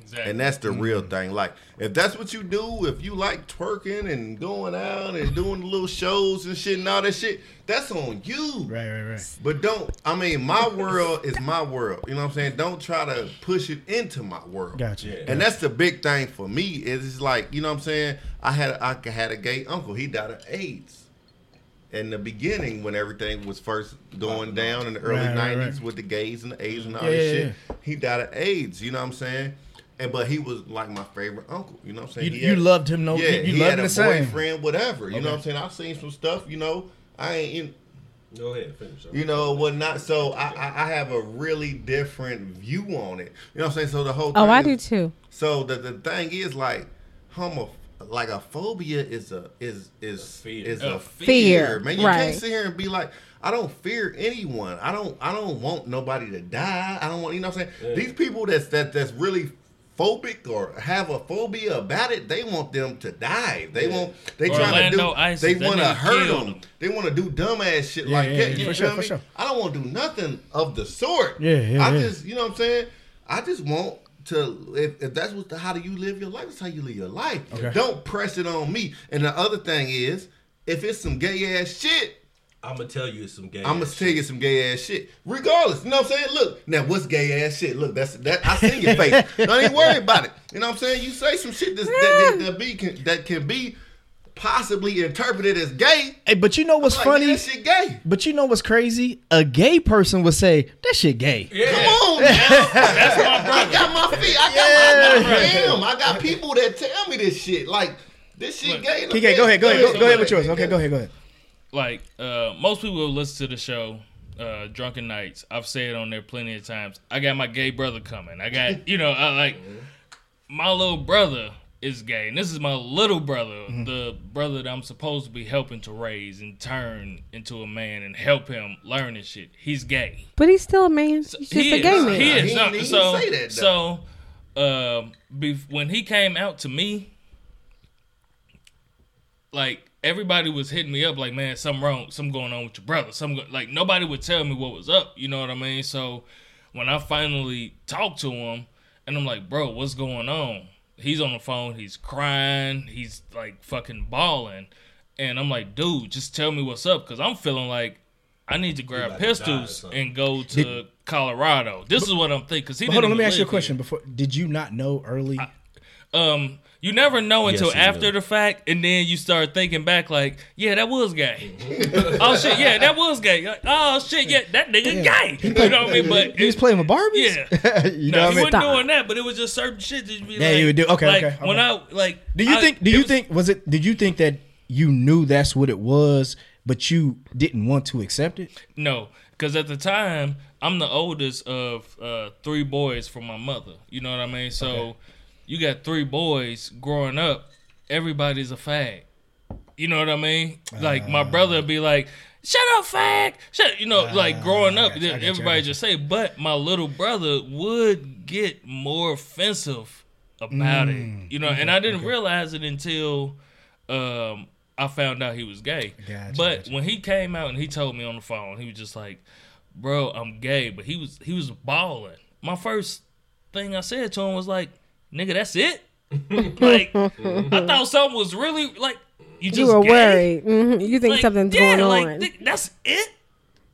D: Exactly.
C: And that's the real thing. Like, if that's what you do, if you like twerking and going out and doing the little shows and shit and all that shit, that's on you.
I: Right. Right. Right.
C: But don't, I mean, my world is my world. You know what I'm saying? Don't try to push it into my world.
I: Gotcha.
C: And that's the big thing for me is it's like, you know what I'm saying? I had I had a gay uncle. He died of AIDS. In the beginning, when everything was first going down in the early
I: Right, right,
C: 90s
I: right.
C: with the gays and the AIDS and all
I: Yeah,
C: this
I: yeah,
C: shit, he died of AIDS. You know what I'm saying? And but he was like my favorite uncle. You know what I'm saying?
I: You-
C: He
I: you loved him no-
C: yeah.
I: you- you
C: he
I: loved
C: had
I: him
C: a
I: the same.
C: boyfriend, whatever. You know what I'm saying? I've seen some stuff. You know, I ain't in
E: Go ahead, finish. up.
C: you know whatnot. So I, I I have a really different view on it. You know what I'm saying? So the whole
B: Oh,
C: thing
B: I
C: is-
B: do too.
C: So the, the thing is like homo like a phobia is a is is
E: fear.
C: is
D: A
C: a fear.
B: fear,
C: Man, you
B: right.
C: can't sit here and be like, I don't fear anyone. I don't I don't want nobody to die. I don't want you know what I'm saying? These people that's that that's really phobic or have a phobia about it, they want them to die. They want they trying to do
D: Orlando Isis,
C: they
D: that
C: want to
D: nigga
C: hurt
D: killed
C: them.
D: him.
C: They want to do dumbass shit like
I: yeah,
C: that.
I: yeah, for
C: you feel
I: sure, for
C: me?
I: sure.
C: I don't want to do nothing of the sort.
I: Yeah, yeah,
C: I
I: yeah.
C: just, you know what I'm saying? I just want to. If, if that's what the, how do you live your life? That's how you live your life. Don't press it on me. And the other thing is, if it's some gay ass shit,
G: I'm gonna tell you some gay.
C: I'm gonna
G: ass
C: tell you some gay ass shit. Regardless, you know what I'm saying? Look, now what's gay ass shit? Look, that's that. I see your face. Don't even worry about it. You know what I'm saying? You say some shit that's, that, that, that be can, that can be possibly interpreted as gay.
I: Hey, but you know what's
C: Like,
I: funny?
C: That shit gay.
I: But you know what's crazy? A gay person would say that shit gay.
C: Come on, now. that's my brother. I got my feet. I got my damn. I got people that tell me this shit. Like this shit gay. Look,
I: Okay, go ahead, go ahead, go, go ahead with yours. Okay,
C: Yeah.
I: go ahead, go ahead.
D: like uh, most people who listen to the show, uh, Drunken Nights. I've said it on there plenty of times. I got my gay brother coming. I got you know, I like my little brother is gay, and this is my little brother,
B: Mm-hmm.
D: the brother that I'm supposed to be helping to raise and turn into a man and help him learn and shit. He's gay.
B: But he's still a man. He's just
D: he
B: a
D: is.
B: gay man.
D: He
C: Nah,
D: is.
C: he
D: No,
C: ain't even
D: so,
C: say that,
D: so uh, bef- when he came out to me, like everybody was hitting me up, like, man, something wrong, something going on with your brother. Some like nobody would tell me what was up. You know what I mean? So when I finally talked to him, and I'm like, bro, what's going on? He's on the phone. He's crying. He's like fucking bawling. And I'm like, dude, just tell me what's up, cause I'm feeling like I need to grab
G: about to die or
D: pistols
G: something.
D: and go to Colorado. This is what I'm thinking. Cause he
A: Hold on,
D: didn't
A: let me
D: even
A: ask you a
D: live
A: question before. Did you not know early?
D: here. Um, you never know until
G: you
D: after
G: do.
D: the fact, and then you start thinking back, like, yeah, that was gay. oh shit, yeah, that was gay. Like, oh shit, yeah, that nigga gay. You know what I mean? But
I: He was playing with Barbies.
D: yeah.
I: you know what
D: No, he
I: I mean?
D: wasn't doing that, but it was just certain shit that you be
I: Yeah,
D: like,
I: you would do- okay,
D: like,
I: okay,
D: When
I: okay.
D: I like,
I: Do you
D: I-
I: think? Do
D: it
I: you
D: was-
I: think? Was it? Did you think that you knew that's what it was, but you didn't want to accept it?
D: No, because at the time I'm the oldest of uh, three boys from my mother. You know what I mean? So you got three boys growing up. Everybody's a fag. You know what I mean? Like
A: Ah.
D: my brother would be like, "Shut up, fag!" Shut. You know, like growing up,
A: gotcha, Ah, I gotcha, I
D: everybody
A: gotcha.
D: just say. But my little brother would get more offensive about
A: Mm.
D: it. You know, and I didn't realize it until um, I found out he was gay.
A: Gotcha,
D: but
A: gotcha.
D: when he came out and he told me on the phone, he was just like, "Bro, I'm gay," but he was he was balling. My first thing I said to him was like, "Nigga, that's it." like I thought something was really like you just
B: You were
D: gay?
B: worried. hmm You think
D: Like,
B: something's
D: yeah,
B: going
D: like,
B: on.
D: th- that's it.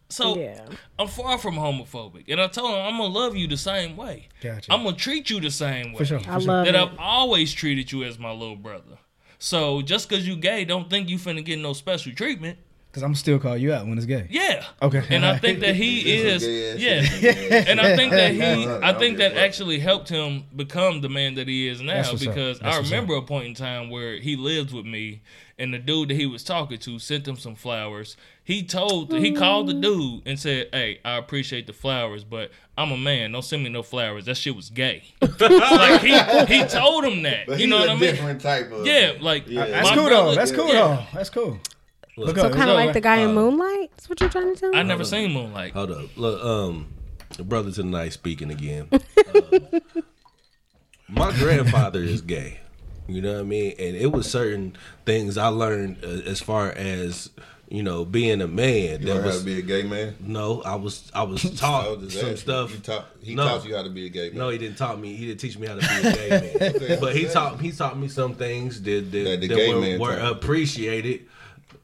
D: So
B: yeah.
D: I'm far from homophobic, and I told him I'm gonna love you the same way.
A: Gotcha.
D: I'm gonna treat you the same way
A: For sure.
B: I love
D: that
B: it.
D: I've always treated you as my little brother. So just because you gay, don't think you finna get no special treatment.
A: Because I'm still call you out when it's gay.
D: Yeah.
A: Okay.
D: And I think that he
C: This
D: is.
C: is
D: Yeah.
C: gay-ass shit.
D: And I think that
C: Yeah,
D: he.
C: yeah,
D: I think
C: yeah.
D: that actually helped him become the man that he is now
A: That's what's up.
D: because
A: That's
D: I
A: what's
D: remember a point in time where he lived with me, and the dude that he was talking to sent him some flowers. He told. He called the dude and said, "Hey, I appreciate the flowers, but I'm a man. Don't send me no flowers. That shit was gay." like he he told him that.
C: But
D: you
C: he
D: know
C: a
D: what I mean?
C: different type of
D: Yeah, like
A: That's
D: My
A: cool though.
D: brother-
A: That's cool
D: yeah.
A: though. That's cool. Look,
G: Look,
B: So kind of like the guy in
G: uh,
B: Moonlight. That's what you're trying to tell me.
D: I never seen Moonlight.
G: Hold up. Look, um, brother tonight speaking again. Uh, my grandfather is gay. You know what I mean? And it was certain things I learned uh, as far as you know being a man.
C: You learn
G: that
C: how to
G: was
C: be a gay man.
G: no. I was I was
C: I
G: taught
C: was just
G: some
C: asking.
G: stuff.
C: You taught, he
G: No.
C: taught you how to be a gay man.
G: No, he didn't taught me. He didn't teach me how to be a gay man. but he taught he taught me some things that that,
C: That the
G: that
C: gay
G: were,
C: man
G: were
C: taught.
G: appreciated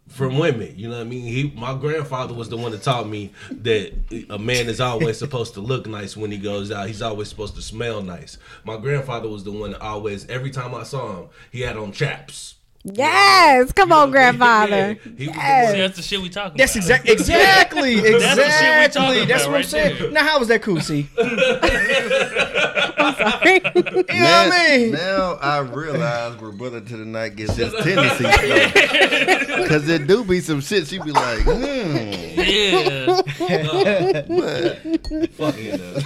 G: from women. You know what I mean? He my grandfather was the one that taught me that a man is always supposed to look nice when he goes out. He's always supposed to smell nice. My grandfather was the one that always every time I saw him, he had on chaps.
B: Yes. Come on, grandfather.
G: Yeah, he was the
D: See,
G: one-
D: that's the shit we talking
I: That's
D: about.
I: exactly exactly exactly.
D: That's the shit we talking about
I: That's what I'm
D: right
I: saying.
D: there.
I: Now how was that cool? See, you know
B: Sorry.
I: what I mean?
C: Now I realize where brother to the night gets his tendencies from. Cause there do be some shit she be like, hmm.
D: Yeah.
G: Fucking, uh,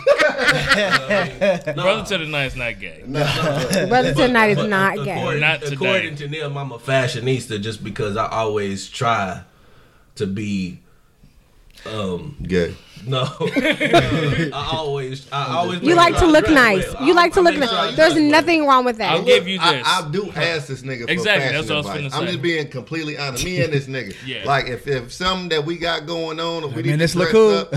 D: Brother to the Night's not gay.
B: Brother tonight is
G: But
B: not
G: ac-
B: gay.
G: According,
D: Not today.
G: according to them, I'm a fashionista just because I always try to be. Um
C: Gay.
G: no, I always I always
B: You like to look nice. You like to look
G: nice.
B: nice. There's nothing wrong with
D: I'll
B: that.
D: give you
C: I,
D: this.
C: I do ask this nigga for exactly,
D: Exactly, that's
C: fashion
D: what I was
C: advice.
D: finna
C: I'm
D: say.
C: just being completely honest. Me and this nigga.
D: Yeah.
C: Like if, if something that we got going on, if we need
A: man,
C: to
A: this look
C: dress
A: cool.
C: up,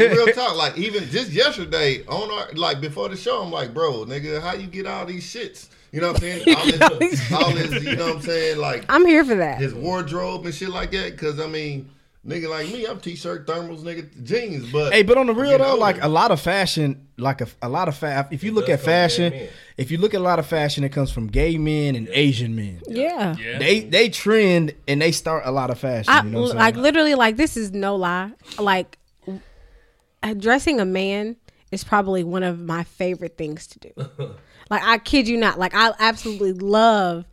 C: real talk. Like even just yesterday on our like before the show, I'm like, bro, nigga, how you get all these shits? You know what I'm saying? All this, all this you know what I'm saying? Like
B: I'm here for that.
C: his wardrobe and shit like that. Cause I mean, Nigga like me, I'm t-shirt, thermals, nigga, jeans. But
A: Hey, but on the real
C: Get
A: though,
C: older.
A: like a lot of fashion, like a, a lot of fa- if you look
J: does
A: at
J: come from
A: fashion,
J: gay men.
A: if you look at a lot of fashion, it comes from gay men and Asian men.
B: Yeah.
D: Yeah.
A: They they trend and they start a lot of fashion.
B: I,
A: you know what I'm saying?
B: like literally like this is no lie. Like addressing a man is probably one of my favorite things to do. like I kid you not. Like I absolutely love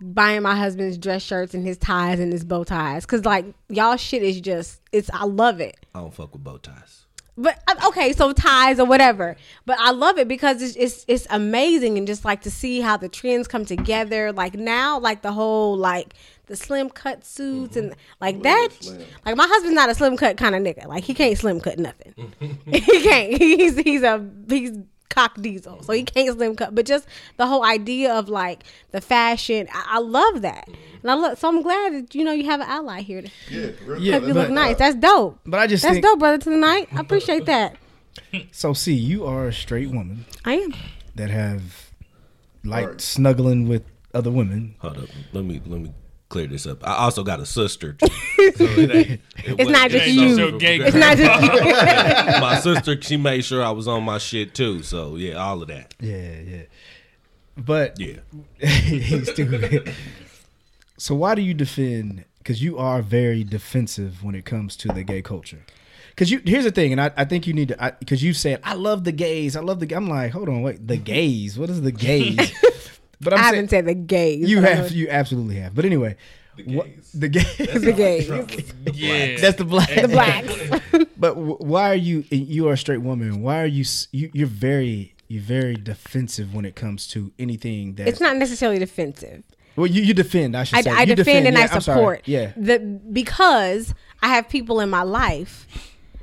B: buying my husband's dress shirts and his ties and his bow ties cuz like y'all shit is just it's I love it.
G: I don't fuck with bow ties.
B: But uh, okay, so ties or whatever. But I love it because it's it's, it's amazing and just like to see how the trends come together. Like now, like the whole like the slim cut suits and
A: Mm-hmm.
B: like that. Like my husband's not a slim cut kind of nigga. Like he can't slim cut nothing. he can't. He's he's a he's cock diesel, so he
A: Mm-hmm.
B: can't slim cut. But just the whole idea of like the fashion, I, I love that, and I love. So I'm glad that you know you have an ally here. To
C: yeah, real
A: Mm-hmm. Yeah,
B: help you look
A: but- uh,
B: nice. That's dope.
A: but I just
B: That's
A: think
B: dope, brother. To the night, I appreciate that.
A: so. See, you are a straight woman
B: I am.
A: that have like
C: Alright.
A: snuggling with other women.
G: Hold up, let me let me clear this up. I also got a sister. Too, so it ain't- it wasn't
B: not just
G: something
B: you.
G: from-
D: It's
B: It's not just
G: my sister. She made sure I was on my shit too. So yeah, all of that.
A: Yeah, yeah. But
G: Yeah,
A: He's stupid. so why do you defend? Because you are very defensive when it comes to the gay culture. Because you here's the thing, and I, I think you need to because you said I love the gays, I love the. g-" I'm like, hold on, wait, the gays. What is the gays? but
B: I
A: I'm
B: haven't
A: saying
B: said the gays.
A: you
B: I
A: have, you absolutely have. But anyway, what- the gays,
B: know The gays.
D: yeah.
A: that's the black.
B: The blacks.
A: But wh- why are you? and You are a straight woman. Why are you? s- you you're very. You're very defensive when it comes to anything that
B: It's not necessarily defensive.
A: Well, you, you defend. I should
B: I,
A: say
B: I
A: You
B: defend, and
A: yeah,
B: I
A: I'm sorry.
B: support.
A: Yeah,
B: The because I have people in my life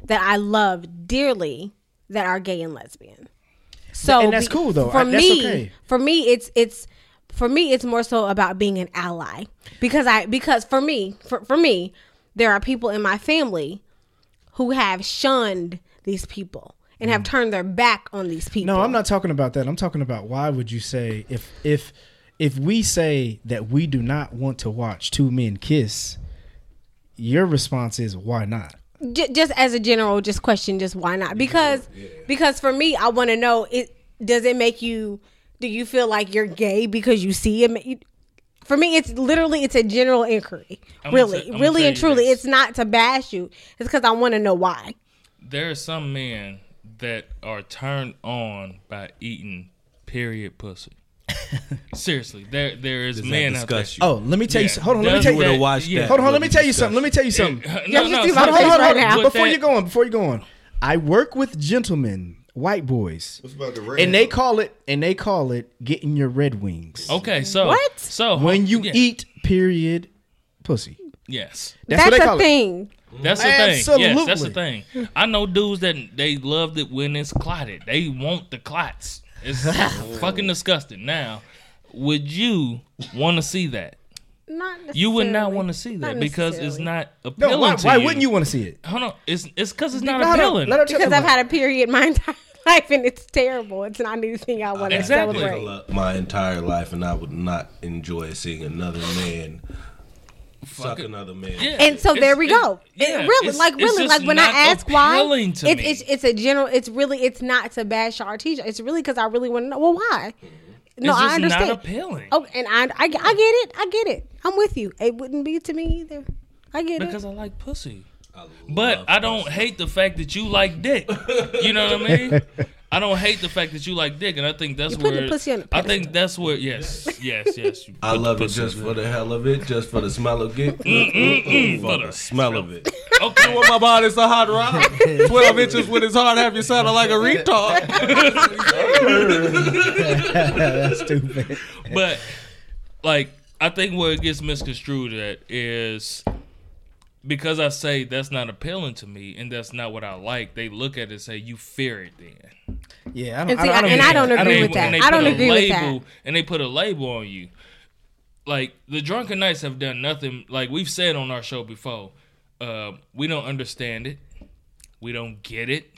B: that I love dearly that are gay and lesbian. So
A: And that's
B: be-
A: cool, though.
B: For
A: I- that's
B: me,
A: okay.
B: for me, it's it's for me it's more so about being an ally because I because for me for for me there are people in my family who have shunned these people and have turned their back on these people.
A: Mm. No, I'm not talking about that. I'm talking about why would you say if if if we say that we do not want to watch two men kiss, your response is why not?
B: J- just as a general just question just why not because because for me i want to know it does it make you do you feel like you're gay because you see him You- for me it's literally it's a general inquiry
D: I'm gonna
B: really
D: say- I'm gonna
B: really
D: tell
B: and
D: you
B: truly
D: this.
B: it's not to bash you it's because i want to know why
D: there are some men that are turned on by eating period pussy. Seriously, there there is
G: does
D: men
G: that
D: out there.
G: disgust you?
A: Oh, let me tell you.
D: Yeah.
A: some- Hold on, let me
D: Does
A: tell you.
G: would
D: that-
G: have watched
D: yeah.
G: that.
A: Hold on, hold on, let me
G: with
A: tell you something. Let me
G: disgust.
A: tell you something.
D: No,
B: just do
D: no,
B: my
A: Hold on,
B: face
A: hold on, hold on.
B: right now.
A: Before
D: With
A: you
D: that-
A: go on, before you go on, I work with gentlemen, white boys,
C: What's about the red?
A: and they call it and they call it getting your red wings
D: Okay, so
B: What?
D: So
A: when you
D: Oh, yeah,
A: eat period pussy.
D: yes,
A: That's
B: that's,
A: what they
B: a
A: call it.
B: thing
D: that's the thing. Yes, that's the
A: Absolutely.
D: thing. I know dudes that they love it when it's clotted. They want the clots. It's fucking disgusting. Now, would you want to see that?
B: not
D: You would not
B: necessarily.
D: want to see that
B: Not
D: because it's
B: necessarily.
D: not appealing
A: No, why,
D: to
A: why
D: you.
A: wouldn't you want to see it?
D: Hold on, it's it's because it's not
A: No, no,
D: appealing.
A: let her tell
B: because
A: you
B: i've
A: why.
B: had a period my entire life and it's terrible it's not anything i want to
D: Exactly.
B: celebrate
G: Love My entire life, and I would not enjoy seeing another man suck
D: it.
G: another man.
D: Yeah.
B: and so
D: It's-
B: there we
D: it's-
B: go. It
D: yeah,
B: really,
D: it's-
B: like
D: it's
B: really,
D: just
B: like when I
D: not
B: ask why,
D: appealing
B: it's,
D: to me.
B: it's it's a general. It's really it's not to bash our teacher. It's really because I really want to know. Well, why? No,
D: Mm-hmm. It's
B: I
D: just not
B: understand.
D: appealing.
B: Oh, and I, I I get it. I get it. I'm with you. It wouldn't be to me either. I get
D: because
B: it.
D: I like pussy.
G: I
D: But
G: love
D: I don't
G: pussy.
D: hate the fact that you like dick. You know what I mean? I don't hate the fact that you like dick, and I think that's
B: You're
D: where
B: putting the pussy on a
D: I think that's where yes, yes, yes. You
G: I
D: put the
G: love it
D: pussy Mm,
G: just
D: on
G: for the hell of it, just for the smell of it, for the smell of it.
D: there. okay.
J: My body's a hot rod. Twelve inches when it's hard. Have you sounded like a retard?
A: Stupid.
D: but like I think where it gets misconstrued at is because I say that's not appealing to me and that's not what I like. They look at it and say you fear it then.
A: Yeah, I don't,
B: And see,
A: I, don't
B: and I don't
A: understand.
B: agree
D: they-
B: with that.
D: they
B: I don't
D: put a
B: agree with that.
D: label- And they put a label on you. Like the drunken knights have done nothing. Like we've said on our show before, uh, we don't understand it, we don't get it,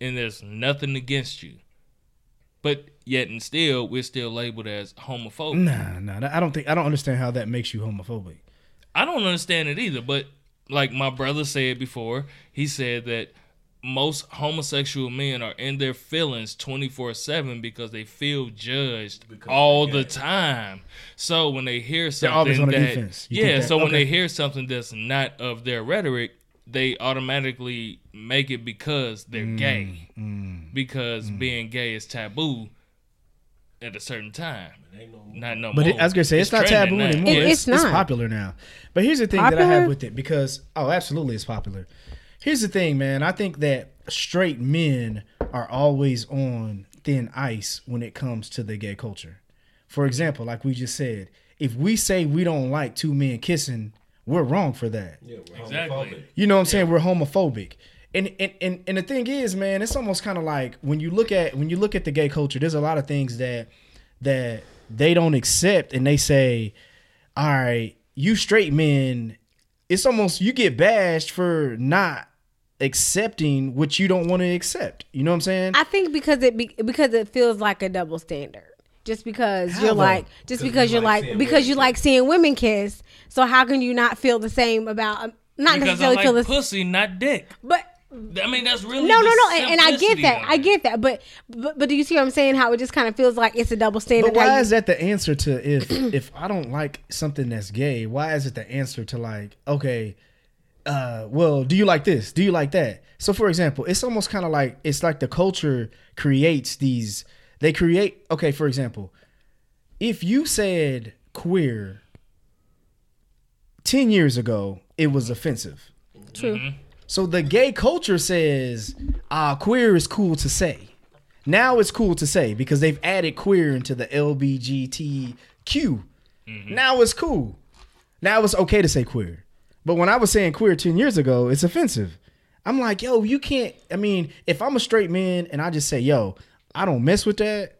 D: and there's nothing against you. But yet and still, we're still labeled as homophobic.
A: Nah, nah, nah, I don't think I don't understand how that makes you homophobic.
D: I don't understand it either. But like my brother said before, he said that most homosexual men are in their feelings 24/7 because they feel judged all the time. So when they hear
A: always
D: something
A: on the
D: that
A: defense. You
D: yeah,
A: think that-
D: so when
A: okay.
D: they hear something that's not of their rhetoric, they automatically make it because they're
A: Mm,
D: gay. Because being gay is taboo at a certain time. Not no
A: But
D: more.
A: it, I was gonna say Oh, it's, not
D: trending
A: taboo
D: now.
A: anymore.
D: Yeah,
A: it's,
B: It's not.
A: popular now. But here's the thing that I
B: Popular?
A: have with it because oh, absolutely, it's popular. Here's the thing, man. I think that straight men are always on thin ice when it comes to the gay culture. For example, like we just said, if we say we don't like two men kissing, we're wrong for that.
D: exactly.
A: You know what I'm saying? We're homophobic. And, and, and and the thing is, man, it's almost kind of like when you look at when you look at the gay culture, there's a lot of things that that they don't accept and they say, "All right, you straight men, it's almost you get bashed for not accepting what you don't want to accept." You know what I'm saying?
K: I think because it be, because it feels like a double standard. Just because you're
A: though?
K: like, just because you're like, because you like seeing women kiss. So how can you not feel the same about? um, Not
D: Because I
K: necessarily feel the
D: like
K: same,
D: pussy, not dick.
K: but
D: I mean, that's really
K: no,
D: the
K: no, no, and, and I get
D: simplicity
K: that,
D: of
K: I
D: it.
K: get that, but, but but do you see what I'm saying? How it just kind of feels like it's a double standard.
A: But why
K: how you-
A: is that the answer to if if I don't like something that's gay? Why is it the answer to like okay, uh, well, do you like this? Do you like that? So for example, it's almost kind of like it's like the culture creates these. They create okay. For example, if you said queer ten years ago, it was offensive.
K: True.
A: So the gay culture says ah, queer is cool to say. Now it's cool to say because they've added queer into the LBGTQ.
D: Mm-hmm.
A: Now it's cool. Now it's okay to say queer. But when I was saying queer 10 years ago, it's offensive. I'm like, yo, you can't. I mean, if I'm a straight man and I just say, yo, I don't mess with that,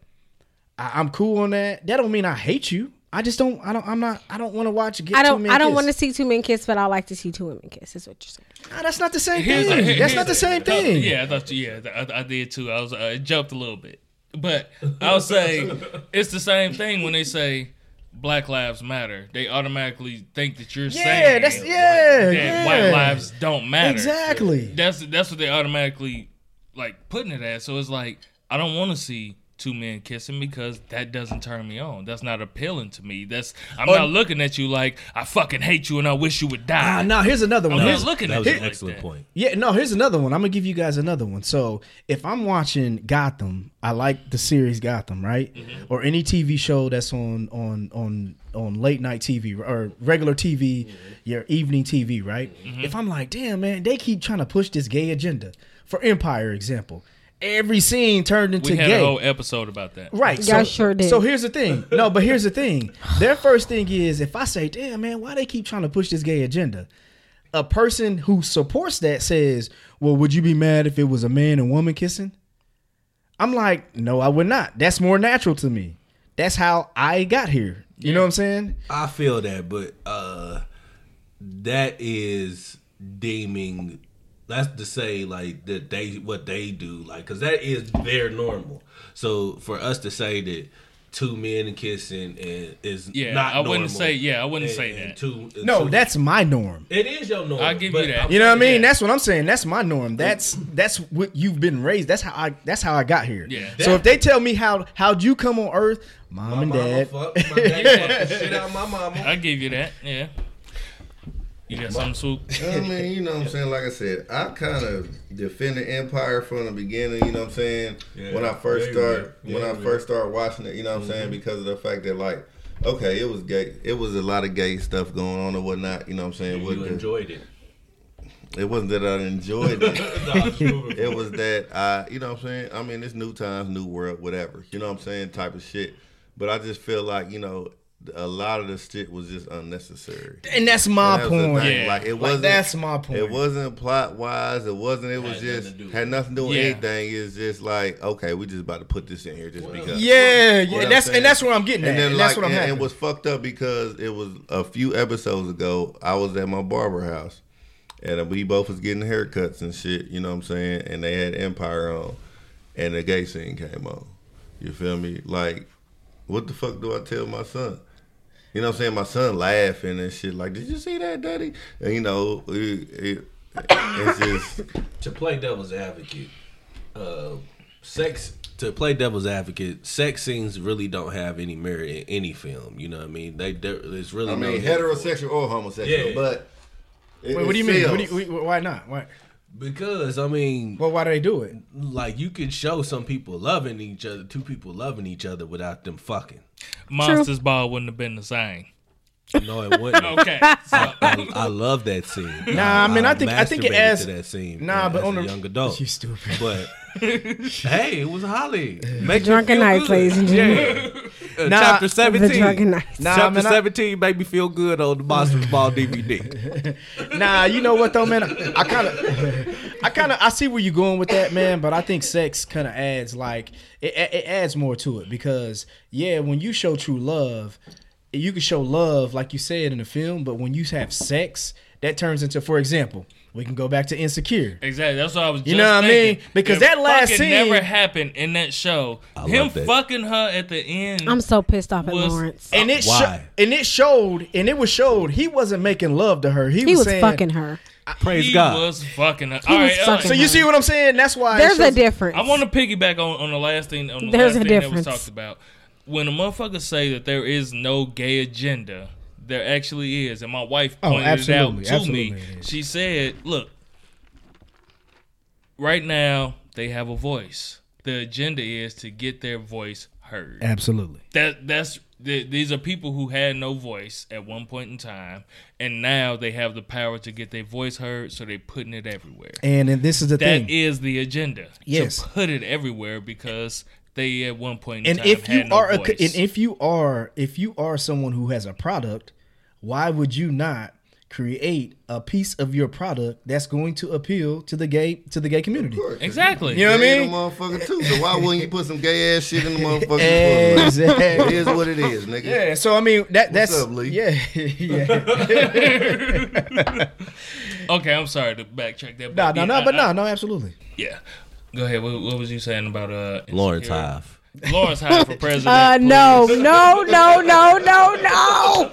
A: I, I'm cool on that, that don't mean I hate you. I just don't, I don't, I'm not, I don't want to watch Get
K: I
A: Two
K: don't.
A: Men
K: I don't
A: Kiss.
K: want to see two men kiss, but I like to see two women kiss. Is what you're saying.
A: Nah, Ah, that's not the same
D: Here's
A: thing.
D: the-
A: that's
D: here's
A: not the same
D: I thought-
A: thing.
D: yeah, I thought you. Yeah, I, I did too. I was. Uh, it jumped a little bit, but I'll say it's the same thing when they say Black Lives Matter. They automatically think that you're
A: Yeah,
D: saying
A: that's, yeah.
D: that
A: yeah.
D: white lives don't matter.
A: Exactly.
D: That's that's what they automatically like putting it as. So it's like I don't want to see two men kissing because that doesn't turn me on. That's not appealing to me. That's I'm not looking at you like I fucking hate you and I wish you would die.
A: Ah, now here's another one.
D: I'm
A: Here's-
D: not looking
G: That
D: at
G: was
D: you
G: an
D: like
G: excellent
D: that.
G: point.
A: Yeah, no, here's another one. I'm gonna give you guys another one. So if I'm watching Gotham, I like the series Gotham, right?
D: Mm-hmm.
A: Or any TV show that's on on on on late night TV or regular TV,
D: Mm-hmm.
A: your evening TV, right? If I'm like, damn man, they keep trying to push this gay agenda. For Empire example, every scene turned into
D: We had
A: gay.
D: a whole episode about that.
A: Right.
K: Y'all
A: so,
K: sure did.
A: So here's the thing. No, but here's the thing. Their first thing is if I say, damn, man, why they keep trying to push this gay agenda? A person who supports that says, well, would you be mad if it was a man and woman kissing? I'm like, no, I would not. That's more natural to me. That's how I got here. You know what I'm saying?
G: I feel that, but uh that is deeming. That's to say, like that they what they do, like because that is their normal. So for us to say that two men kissing is, is
D: Yeah,
G: not
D: I wouldn't
G: normal
D: say. Yeah, I wouldn't
G: and-
D: say
G: and
D: that.
G: Two,
A: No,
G: two-
A: that's my norm.
G: it is your normal.
D: I'll give
G: but
D: you that.
G: I'm
A: You know what I mean?
D: Yeah.
A: That's what I'm saying. That's my norm. That's that's what you've been raised. That's how I that's how I got here.
D: Yeah.
A: So if they tell me how how'd you come on earth, mom and
G: mama
A: dad,
G: fucked- my dad fucked the shit out of my mama.
D: I give you that. Yeah. You got something, swoop?
C: I mean, you know what I'm saying? Like I said, I kind of defended Empire from the beginning, you know what I'm saying?
G: Yeah.
C: When I first
G: Yeah,
C: start
G: yeah.
C: when I
G: Yeah.
C: first started watching it, you know what I'm
G: Mm-hmm.
C: saying? Because of the fact that like okay, it was gay. It was a lot of gay stuff going on and whatnot, you know what I'm saying? With
G: You
C: the-
G: enjoyed it.
C: it wasn't that I enjoyed it.
G: it
C: it was that I, you know what I'm saying? I mean, it's new times, new world, whatever. You know what I'm saying? Type of shit. But I just feel like, you know, a lot of this shit was just unnecessary.
A: and that's my
C: And that was the
A: point.
C: thing.
D: Yeah.
C: Like it
A: Like,
C: wasn't
A: that's my point.
C: It wasn't plot wise. It wasn't. It was just
G: Had nothing to do with
C: had nothing to do with
D: Yeah.
C: anything. It's just like okay, we just about to put this in here just because.
A: Yeah,
C: You know
A: yeah,
C: what I'm
A: that's
C: saying?
A: and that's where I'm getting at.
C: And then
A: and
C: like,
A: that's what I'm
C: and-
A: having.
C: and it was fucked up because it was a few episodes ago. I was at my barber house, and uh, we both was getting haircuts and shit. You know what I'm saying? And they had Empire on, and the gay scene came on. You feel me? Like, what the fuck do I tell my son? You know what I'm saying? My son laughing and shit. Like, did you see that, daddy? And you know, it, it, it's just
G: to play devil's advocate, uh, sex to play devil's advocate, sex scenes really don't have any merit in any film. You know what I mean? They there- it's really
C: I mean,
G: no-
C: heterosexual or homosexual,
G: Yeah.
C: but it-
A: Wait, what do
C: it
A: you mean? What do
C: sells.
A: you- wh- why not? Why?
G: because I mean,
A: Well, why do they do it?
G: like you could show some people loving each other, two people loving each other without them fucking.
D: Monsters Ball wouldn't have been the same.
G: No, it wouldn't.
D: Okay. So,
G: I, I love that scene.
A: Nah, I mean, I think- I think it
G: masturbated
A: adds-
G: to that scene.
A: Nah,
G: as
A: but
G: a
A: on the-
G: young adult,
A: You stupid.
G: but hey, it was Holly. Make
B: Drunken
G: me feel
B: night,
G: good.
B: ladies and gentlemen.
G: Uh,
A: Nah,
G: chapter
A: the
B: The
G: seventeen.
B: drunken nights.
A: Nah,
G: chapter
A: man, I-
G: seventeen made me feel good on the Monsters Ball DVD.
A: Nah, you know what though, man? I kind of, I kind of, I see where you're going with that, man. But I think sex kind of adds like it, it adds more to it because yeah, when you show true love, you can show love like you said in the film, but when you have sex, that turns into, for example, we can go back to insecure.
D: exactly. That's what I was. Just
A: You know what I mean?
D: thinking.
A: Because
D: If
A: that last
D: fucking
A: scene-
D: never happened in that show.
G: love
D: Him
G: that.
D: fucking her at the end.
G: Mm.
A: Oh,
B: I'm so pissed off at
D: Was-
B: Lawrence.
A: And it sho-
G: Why?
A: and it showed and it was showed he wasn't making love to her. He,
B: He was
A: saying,
B: fucking her.
G: Praise
D: he
G: God.
D: was fucking her.
B: He
D: All
B: was
D: right,
B: fucking
A: So
D: uh,
A: you see what I'm saying? That's why it
B: There's a
A: shows-
B: difference.
D: I want to piggyback on, on the last thing on the
B: There's
D: last
B: a
D: thing
B: difference.
D: that was talked about. When the motherfuckers say that there is no gay agenda, there actually is, and my wife
L: Oh,
D: pointed it out
L: absolutely,
D: to
L: absolutely
D: me.
L: it is.
D: She said, "Look, right now they have a voice. The agenda is to get their voice heard.
L: Absolutely.
D: That that's." th- These are people who had no voice at one point in time, and now they have the power to get their voice heard, so they're putting it everywhere.
L: And, and this is the
D: That is
L: thing.
D: the agenda.
L: Yes.
D: to put it everywhere because they at one point in
A: and
D: time
A: if you
D: had no
A: are a,
D: voice.
A: and if you are if you are someone who has a product why would you not create a piece of your product that's going to appeal to the gay to the gay community
D: exactly.
A: You know what I
C: Gay
A: mean?
C: the motherfucker too. So why wouldn't you put some gay ass shit in the motherfucker's book? It
A: exactly
C: is what it is, nigga.
A: yeah so i mean that that's
C: up, Lee?
A: yeah yeah
D: Okay, I'm sorry to backtrack that.
A: no
D: but
A: no
D: yeah,
A: no
D: I-
A: but
D: I-
A: no no absolutely
D: Yeah. Go ahead. What, what was you saying about uh
G: Lawrence
D: Insecure?
G: Hive.
D: Lawrence Hyde for president.
B: Uh, no,
D: please.
B: no, no, no, no, no.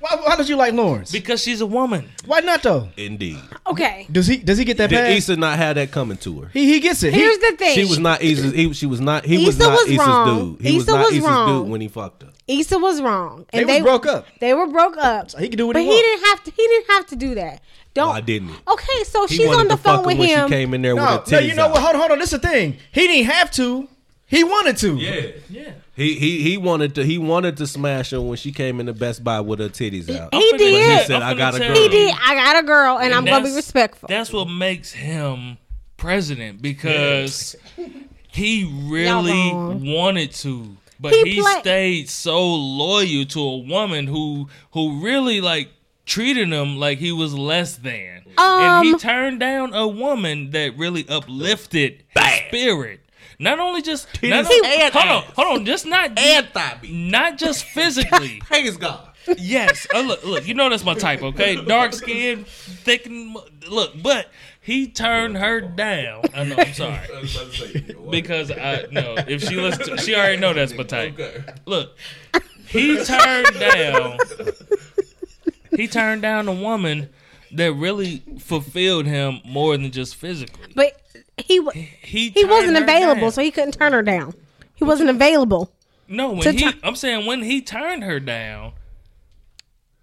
A: why, why did you like lawrence
D: Because she's a woman.
A: why not though
G: Indeed.
B: Okay.
A: does he does he get that
G: Did
A: pass
G: Issa not have that coming to her?
A: he, he gets it He-
B: Here's the thing.
G: She was not Issa's. He, she was not. He was
B: Issa
G: not
B: was
G: Issa's
B: wrong.
G: dude. He was
B: Issa
G: not
B: was
G: Issa's
B: wrong.
G: dude when he fucked her.
B: Issa was wrong.
A: they,
B: And
A: was broke up
B: They were broke up.
A: he could do what
B: but
A: he
B: he,
A: want.
B: didn't have to. He didn't have to do that. Don't.
G: Why didn't he?
B: Okay, so
G: He
B: she's
G: wanted
B: on the
G: to fuck
B: phone
G: her
B: with
G: when she
B: him.
G: came in there
A: no
G: with her
A: no
G: titties
A: you know
G: out.
A: what hold on hold on this is the thing he didn't have to he wanted to
M: Yeah.
D: Yeah.
G: He he he wanted to he wanted to smash her when she came into Best Buy with her titties out.
B: He
D: finna-
B: did.
G: But he
D: I'm
G: said, "I
D: finna
G: got a
D: tell
G: girl."
B: He
D: you.
B: did. I got a girl, and, I'm gonna be
D: that's-
B: respectful.
D: That's what makes him president because he really
B: wrong.
D: wanted to, but
B: He
D: he,
B: play-
D: stayed so loyal to a woman who who really like treated him like he was less than, and he
B: Um,
D: turned down a woman that really uplifted his spirit. Not only just not
G: Titties
D: only-
G: and
D: hold on,
G: ass.
D: hold on, just not not just physically.
G: Praise God.
D: Yes. Uh, look, look, you know that's my type, okay? Dark skin, thick. and mu- Look, but he turned her down. I know, I'm sorry. Because I no, if she listens, to, she already know that's my type. Look, he turned down. He turned down a woman that really fulfilled him more than just physically.
B: but he wa-
D: He
B: he
D: turned
B: wasn't
D: her
B: available,
D: down.
B: so he couldn't turn her down. He wasn't available.
D: No,
B: to
D: when he,
B: tu-
D: I'm saying when he turned her down,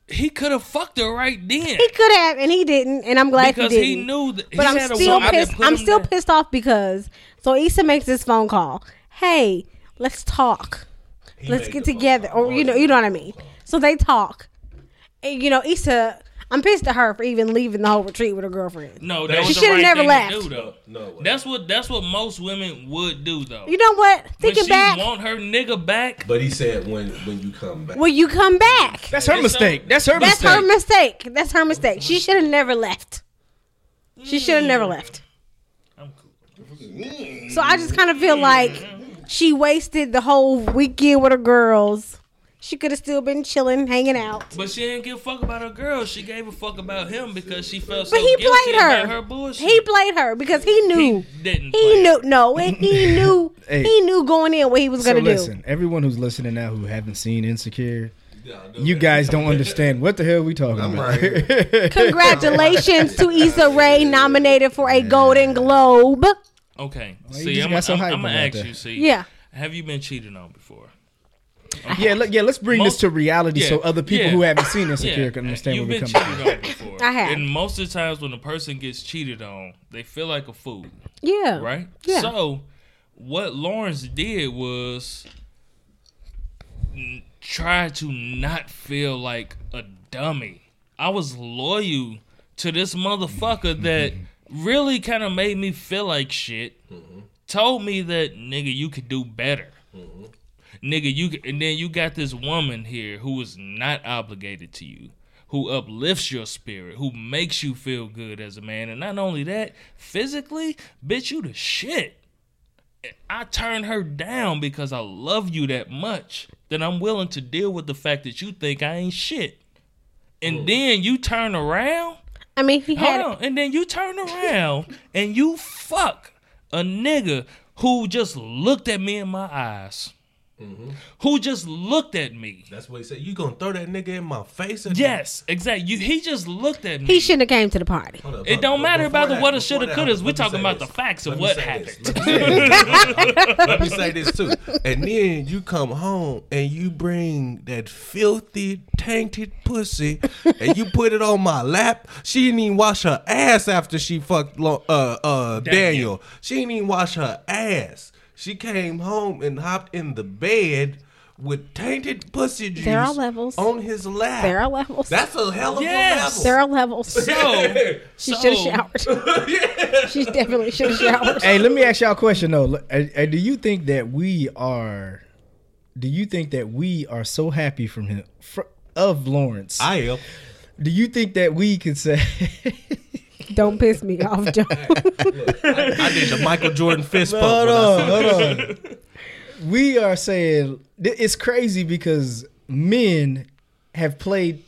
D: he could have fucked her right then.
B: He could have, and he didn't. And I'm glad
D: because
B: he didn't.
D: he knew that.
B: But
D: he "Oh,
B: I'm
D: had a
B: still
D: woman that
B: pissed.
D: put
B: I'm
D: him
B: still
D: there.
B: pissed off because so Issa makes this phone call. Hey, let's talk. let's get together, or you know, you know what I mean. So they talk, and you know, Issa. I'm pissed at her for even leaving the whole retreat with her girlfriend.
D: No, that
M: She
D: was the
B: shoulda
D: right
B: never
D: thing
B: left.
D: To do, though.
M: No way.
D: That's what that's what most women would do though.
B: You know what?
D: when
B: Thinking
D: she
B: back,
D: want her nigga back.
M: But he said when when you come back.
B: will you come back?
A: that's her
D: It's
A: mistake
D: over.
A: that's her
B: That's
A: mistake
B: her mistake. That's her mistake. She should have never left. She should have never left.
D: I'm cool.
B: So I just kind of feel like she wasted the whole weekend with her girls. She could have still been chilling, hanging out.
D: But she didn't give a fuck about her girl. She gave a fuck about him because she felt so
B: But he
D: guilty
B: played her.
D: about her bullshit.
B: He played her because he knew.
D: He didn't.
B: He,
D: play
B: knew. No, and he knew.
L: Hey.
B: He knew going in what he was
L: So
B: gonna do.
L: listen, everyone who's listening now who haven't seen Insecure,
A: You guys don't understand what the hell we talking
C: I'm
A: about.
C: right here.
K: Congratulations to Issa Rae, nominated for a Golden Globe.
D: Okay.
A: you
D: see,
A: just
D: I'm,
A: got
D: I'm,
A: so hyped
D: I'm gonna
A: about
D: ask
A: that.
D: you. See,
K: Yeah.
D: Have you been cheated on before?
A: Yeah, look, yeah. Let's bring this
D: Most-
A: to reality so
D: yeah,
A: other people
D: yeah.
A: who haven't seen this
D: Yeah,
A: secure can understand
D: you've
A: where we
D: been
A: come from.
D: cheated on before.
K: I have.
D: And most of the times when a person gets cheated on, they feel like a fool,
K: Yeah.
D: right?
K: Yeah.
D: So, what Lawrence did was n- try to not feel like a dummy. I was loyal to this motherfucker that really kind of made me feel like shit. Told me that nigga, you could do better nigga you and then you got this woman here who is not obligated to you who uplifts your spirit who makes you feel good as a man and not only that physically bitch you the shit i turn her down because i love you that much that i'm willing to deal with the fact that you think i ain't shit and then you turn around
K: I mean, he had.
D: Hold on. And then you turn around and you fuck a nigga who just looked at me in my eyes. Who just looked at me.
G: That's what he said. You gonna throw that nigga in my face? and-
D: Yes, exactly. You, he just looked at me.
K: He shouldn't have came to the party.
G: Hold up,
D: it
G: hold
D: don't
G: up.
D: matter
G: Before
D: about the
G: that-
D: what a
G: before
D: shoulda
G: that,
D: couldas.
G: let
D: We're
G: me
D: talking
G: say
D: about the
G: this.
D: facts
G: Let
D: of
G: me
D: what
G: say
D: happened.
G: this. Let me say this. Let me say this too. And then you come home and you bring that filthy, tainted pussy and you put it on my lap. She didn't even wash her ass after she fucked Lo- uh, uh, Daniel. She didn't even wash her ass. She came home and hopped in the bed with tainted pussy juice
K: There are levels.
G: on his lap.
K: There are levels.
G: That's a hell of
D: Yes.
G: a level.
K: There are levels.
D: So,
K: She
D: so
K: should have showered. She definitely should have showered.
A: Hey, let me ask y'all a question though. Look, uh, uh, Do you think that we are? Do you think that we are so happy from him fr of Lawrence?
G: I am.
A: do you think that we could say?
K: Don't piss me off, Joe.
G: I did the Michael Jordan fist bump.
A: hold
G: when I
A: on, hold on. We are saying th- it's crazy because men have played.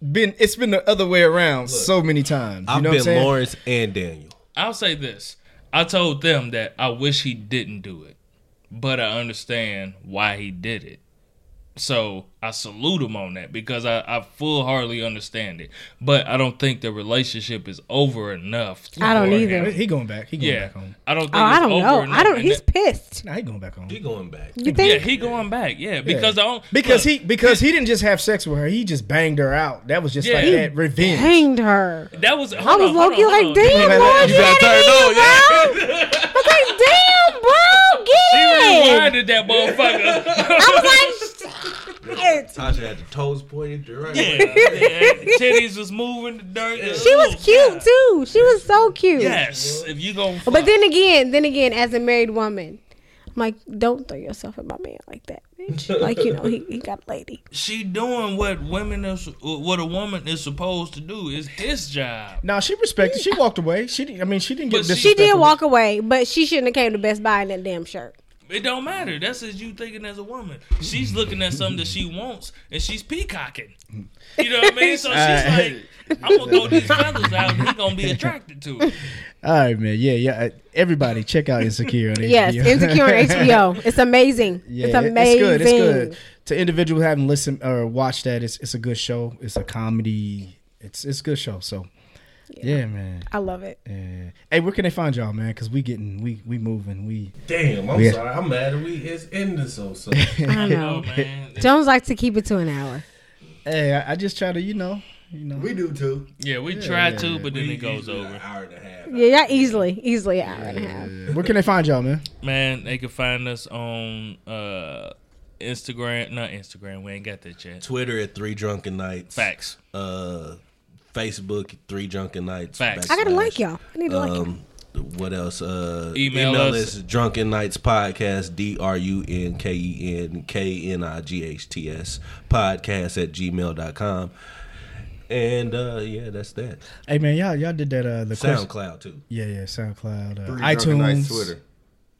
A: Been it's been the other way around so many times. You
G: I've
A: know what I'm
G: been
A: saying?
G: Lawrence and Daniel.
D: I'll say this. I told them that I wish he didn't do it, but I understand why he did it. So I salute him on that because I, I full heartedly understand it. But I don't think the relationship is over enough.
K: I don't
D: for
K: either.
D: him.
A: He going back. He going
D: Yeah.
A: back home.
D: I don't think
K: Oh, I
D: it's
K: don't
D: over
K: know.
D: enough.
K: I don't.
D: And
K: He's
D: that-
K: pissed.
A: Nah, he going back home.
G: He going back.
K: You
D: yeah,
K: think?
D: he going back. Yeah, because I don't
A: Because
D: look,
A: he because he didn't just have sex with her, he just banged her out. That was just like
D: Yeah.
A: that revenge.
K: Hanged her.
D: that was
K: I
D: hold
K: was
D: on, hold
K: low key
D: on,
K: like,
D: hold on.
K: damn,
A: You
K: boy,
A: got
K: you had it in you, bro. I was like, damn, bro,
D: He
K: get it.
D: reminded that motherfucker.
K: I was like, shit.
G: Tasha had the toes pointed directly.
D: yeah, yeah, titties was moving the dirt.
K: She was cute too. She was so cute.
D: Yes, if you gonna fuck.
K: But then again, then again, as a married woman, I'm like, don't throw yourself at my man like that, bitch. Like, you know, he, he got a lady.
D: she doing what women is what a woman is supposed to do is his job.
A: No, she respected. She walked away. She didn't- I mean she didn't get
D: But she-
A: disrespectful.
K: She did walk away, but she shouldn't have came to Best Buy in that damn shirt.
D: It don't matter. That's as you thinking as a woman. She's looking at something that she wants and she's peacocking. You know what I mean? So she's like, I'm gonna throw these feathers out and he gonna be attracted to it.
A: All right, man. Yeah, yeah. I- Everybody, check out Insecure. On
K: Yes,
A: HBO.
K: Insecure on HBO. It's amazing.
A: Yeah,
K: it's
A: it-
K: amazing.
A: It's good. It's good. To individuals who haven't listened or watched that, it's it's a good show. It's a comedy. It's it's a good show. So, yeah, man.
K: I love it.
A: Yeah. Hey, where can they find y'all, man? Cause we getting we we moving. We
G: Damn, I'm
A: Yeah.
G: sorry. I'm mad that we it's in this or
K: I don't
D: Oh
K: know.
D: man.
K: Jones likes to keep it to an hour.
A: hey, I, I just try to you know you know.
C: We do too.
D: Yeah, we try to, but then it goes
G: An
D: over.
G: hour and a half.
K: Yeah, yeah, easily, easily an hour and a half.
A: Where can they find y'all, man?
D: Man, they can find us on uh Instagram. Not Instagram, we ain't got that yet.
G: Twitter at three drunken nights.
D: Facts.
G: Uh, Facebook at three drunken nights.
D: Facts.
K: I gotta
G: Backslash.
K: like y'all. I need to like y'all.
G: Um, what else? Uh,
D: Email us.
G: is drunken nights podcast d r u n k e n k n i g h t s podcast at gmail.com. And uh, yeah, that's that.
A: Hey, man, y'all y'all did that uh the question.
G: SoundCloud too.
A: Yeah, yeah, SoundCloud, uh,
C: Three Drunken
A: iTunes,
C: Nights Twitter.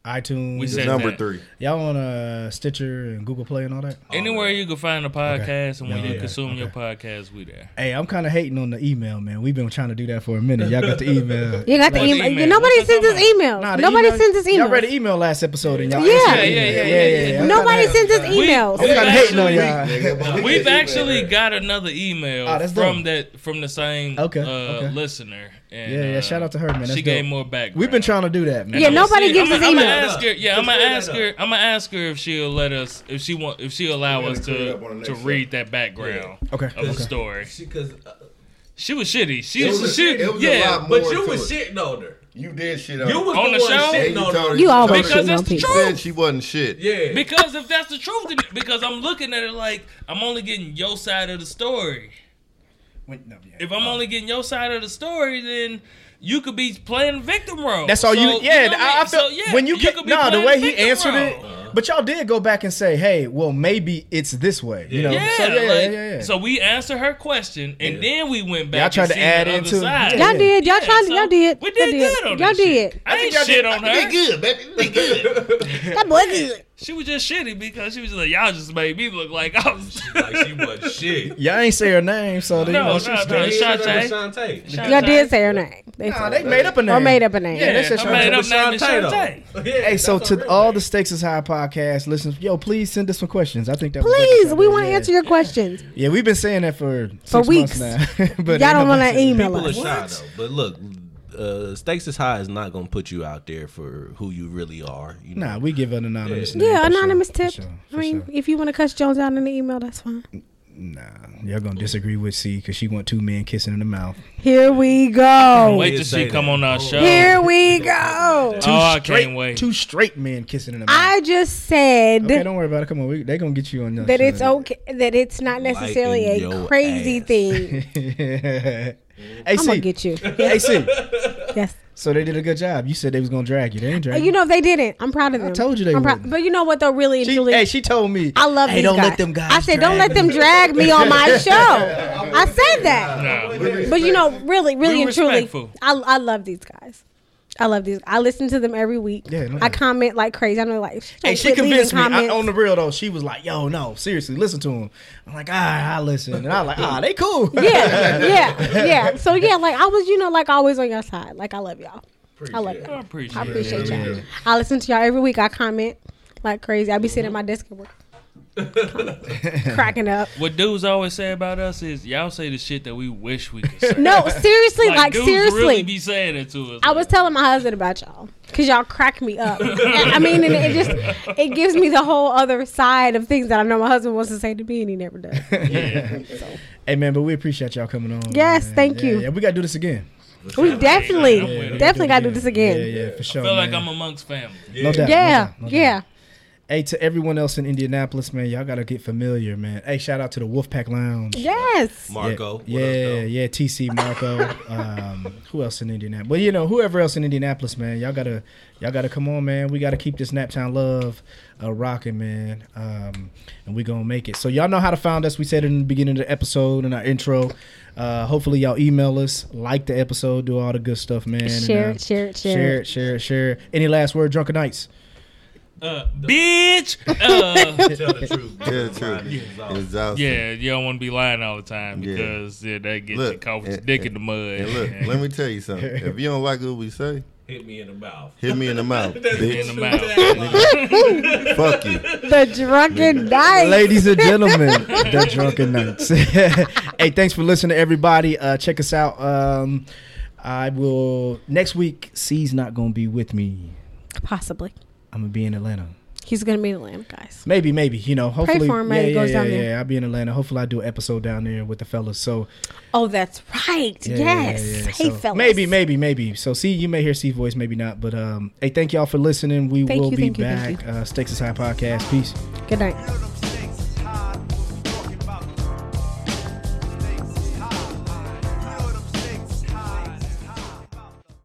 N: iTunes.
D: We said
C: Number
D: that.
C: three.
N: Y'all on uh, Stitcher and Google Play and all that?
D: Anywhere you can find a podcast and when
N: Yeah,
D: you
N: yeah,
D: consume your podcast, we there.
N: Hey, I'm kind of hating on the email, man. We've been trying to do that for a minute. Y'all got the email.
B: You got the
D: What's
B: email.
D: email?
B: Nobody
D: What's
B: sends
D: the
B: us email.
N: Nah, the
B: Nobody
N: email-
B: sends us
N: Y'all read the
B: email.
N: email last episode and y'all.
B: Yeah.
N: answered the
D: Yeah, yeah,
N: email.
D: yeah, yeah, yeah.
N: I'm
B: Nobody
N: kinda-
B: sends us
D: We-
B: emails.
N: I'm kind of hating on
D: Actually,
N: y'all.
D: We've actually got another email
N: Oh, that's dope.
D: from that from the same
N: Okay,
D: uh,
N: okay.
D: listener. And,
N: Yeah, yeah,
D: uh,
N: shout out to her, man. That's
D: she gave
N: dope.
D: more background.
N: We've been trying to do that, man.
B: Yeah, nobody gives us
D: I'm
B: email.
D: ask her, yeah, I'm gonna
G: clear that
D: ask her. I'm gonna ask her if she'll let us, if she want, if she allow
C: gotta
D: us
C: clear it
D: to
C: up on the next
D: to read that background
N: Okay.
D: of the
N: okay.
D: story.
G: Because
D: She was shitty. She
C: It
D: was,
C: was-
D: she,
C: it was a
D: yeah,
C: lot
D: but
O: But
C: More
O: you
C: to
O: was
C: it.
O: shitting on her.
C: You did shit on
O: You
C: her.
O: was
D: On
O: the,
D: the
O: one
D: show?
C: Hey,
O: shitting
C: you
O: on her.
C: told her
B: You
C: she-
B: always
C: told her
D: shitting
C: she
D: on people.
C: said she wasn't shit.
O: Yeah.
D: because if that's the truth, then- because I'm looking at it like I'm only getting your side of the story.
N: Wait, no, yeah.
D: If I'm only getting your side of the story, then you could be playing victim role.
A: That's all
D: So,
A: you. Yeah,
D: know what
A: I, I
D: mean?
A: feel
D: So, yeah,
A: when you,
D: you
A: get
D: could be
A: no the
D: playing
A: way he
D: victim
A: answered it.
D: role.
A: But y'all did go back and say, "Hey, well, maybe it's this way." You know,
D: Yeah,
A: so, yeah,
D: like,
A: yeah, yeah.
D: so we answered her question, and then we went back.
A: Y'all tried
D: and
A: to
D: seen
A: add
D: the
A: into-
D: other side.
A: Yeah.
B: Y'all did. Y'all
D: Yeah,
B: tried.
D: so
B: y'all did.
D: We
B: y'all
D: did, good on
B: Y'all
D: that shit.
B: did.
D: I ain't shit on her.
C: good, baby. They good.
B: That boy good.
D: She was just shitty because she was just like, y'all just made me look like I was.
O: Like she wasn't shit.
A: Y'all ain't say her name, so they,
D: No,
A: you know,
D: no,
A: she's
D: no.
A: dead.
D: Hey, Shantae.
O: Shantae.
B: Y'all did say her name. They
A: Nah,
B: said
A: they
B: it.
A: made up a name.
B: or made up a name.
D: Yeah,
A: that's just
D: I made up
O: Shantae.
D: name is
O: Shantae, though.
D: Shantae.
A: Hey, so to all the Stakes is High podcast listeners, yo, please send us some questions. I think that was good
B: Please,
A: stuff.
B: we want to
A: yeah.
B: answer your questions.
A: Yeah, we've been saying that for six
B: For
A: months
B: weeks.
A: now. but
B: y'all
A: ain't nobody
B: don't want
A: said
B: to
A: it.
B: email
G: people are
B: us.
G: shy though. But look, uh, stakes is high is not gonna put you out there for who you really are. You know?
A: Nah, we give an anonymous. name
B: Yeah,
A: for sure,
B: anonymous
A: for
B: tip.
A: sure,
B: I
A: for
B: mean,
A: sure.
B: if you want to cuss Jones out in the email, that's fine.
A: nah, y'all gonna disagree with C because she want two men kissing in the mouth.
B: Here we go.
D: Wait till
G: say
D: she
G: that.
D: come on our show.
B: Here we go.
D: Oh, I
A: Straight-
D: can't wait.
A: Two straight men kissing in the mouth.
B: I just said
A: okay, don't worry about it. Come on, we, they gonna get you on
B: that it's okay. That it's not necessarily
G: Lighten
B: a
G: your
B: crazy
G: ass.
B: thing.
A: okay.
B: I'm gonna
A: AC,
B: get you.
A: AC.
B: Yes.
A: So they did a good job. You said they was gonna drag you. They ain't drag
B: Uh, You know they didn't. I'm proud of them.
A: told you they
B: I'm
A: wouldn't.
B: But you know what though? Really and
A: She,
B: truly,
A: hey, she told me.
B: I love
A: hey,
B: these
A: don't
B: guys.
A: let them guys.
B: I said, don't
A: drag
B: let them
A: me."
B: drag me on my show. I said that.
D: Nah.
B: But you know, really, really
D: We
B: and truly,
D: respectful.
B: I, I love these guys. I love these. I listen to them every week.
A: Yeah, no
B: I
A: doubt.
B: comment like crazy. I know, like,
A: Hey,
B: don't
A: she
B: quit leaving
A: convinced me. I,
B: comments.
A: on the real though, she was like, "Yo, no, seriously, listen to him." I'm like, "Ah, I listen," and I like, "Ah, they cool."
B: yeah, yeah, yeah. So yeah, like I was, you know, like always on your side. Like I love y'all. I love
D: I
B: y'all. I
D: appreciate it.
B: appreciate y'all. I listen to y'all every week. I comment like crazy. I be sitting at my desk at work, cracking up.
D: What dudes always say about us is y'all say the shit that we wish we could say.
B: No, seriously, like,
D: dudes
B: seriously.
D: really be saying it to us.
B: I was telling my husband about y'all because y'all crack me up. And, I mean, and it just it gives me the whole other side of things that I know my husband wants to say to me and he never does.
A: Hey, man, but we appreciate y'all coming on.
B: Yes,
A: man.
B: thank
A: Yeah,
B: you.
A: Yeah, we gotta do this again.
B: We definitely,
D: I'm with it.
B: definitely got to do this again.
A: Yeah,
B: Yeah,
A: yeah, for sure.
D: I feel like
A: man.
D: I'm amongst family.
A: no doubt. no
B: yeah.
A: doubt, no doubt. Hey, to everyone else in Indianapolis, man, y'all gotta get familiar, man. Hey, shout out to the Wolfpack Lounge.
B: Yes.
G: Marco.
A: Yeah,
G: what up,
A: yeah,
G: though?
A: yeah, TC Marco. um, who else in Indianapolis? But you know, whoever else in Indianapolis, man, y'all gotta, y'all gotta come on, man. We gotta keep this Naptown love uh, rocking, man. Um, and we gonna make it. So y'all know how to find us. We said it in the beginning of the episode in our intro. Uh, hopefully y'all email us, like the episode, do all the good stuff, man. and,
B: Share
A: uh,
B: it, share it, share
A: share
B: it.
A: it, share it, share it. Any last word, drunken nights?
D: Uh, bitch. Uh,
O: Tell the truth.
C: Tell the truth. It's awesome.
D: yeah, you don't want to be lying all the time
C: Yeah.
D: because yeah, that gets you
C: Look,
D: caught with your
C: and-
D: dick in the mud.
C: And look, let me tell you something. If you don't like what we say,
O: Hit me in the mouth.
C: hit me in the mouth,
D: in the
C: bitch.
D: mouth.
C: Fuck you.
B: The drunken night.
A: Ladies and gentlemen, the Drunken Knights. hey, thanks for listening, everybody. Uh, check us out. Um, I will next week. C's not gonna be with me.
B: Possibly.
A: I'm gonna be in Atlanta.
B: He's going to be in Atlanta, guys.
A: Maybe, maybe. You know, hopefully.
B: for him,
A: yeah,
B: man. He
A: yeah,
B: goes
A: yeah,
B: down
A: yeah,
B: there.
A: I'll be in Atlanta. Hopefully, I do an episode down there with the fellas. So
B: Oh, that's right.
A: yeah,
B: yes.
A: yeah, yeah, yeah.
B: Hey,
A: So,
B: fellas.
A: Maybe, maybe, maybe. So, see, you may hear C voice, maybe not. But um, hey, thank y'all for listening. We
B: Thank
A: will
B: you,
A: be
B: thank you, thank
A: back. Uh, Stakes is High podcast. Peace.
B: Good night.
C: Feel them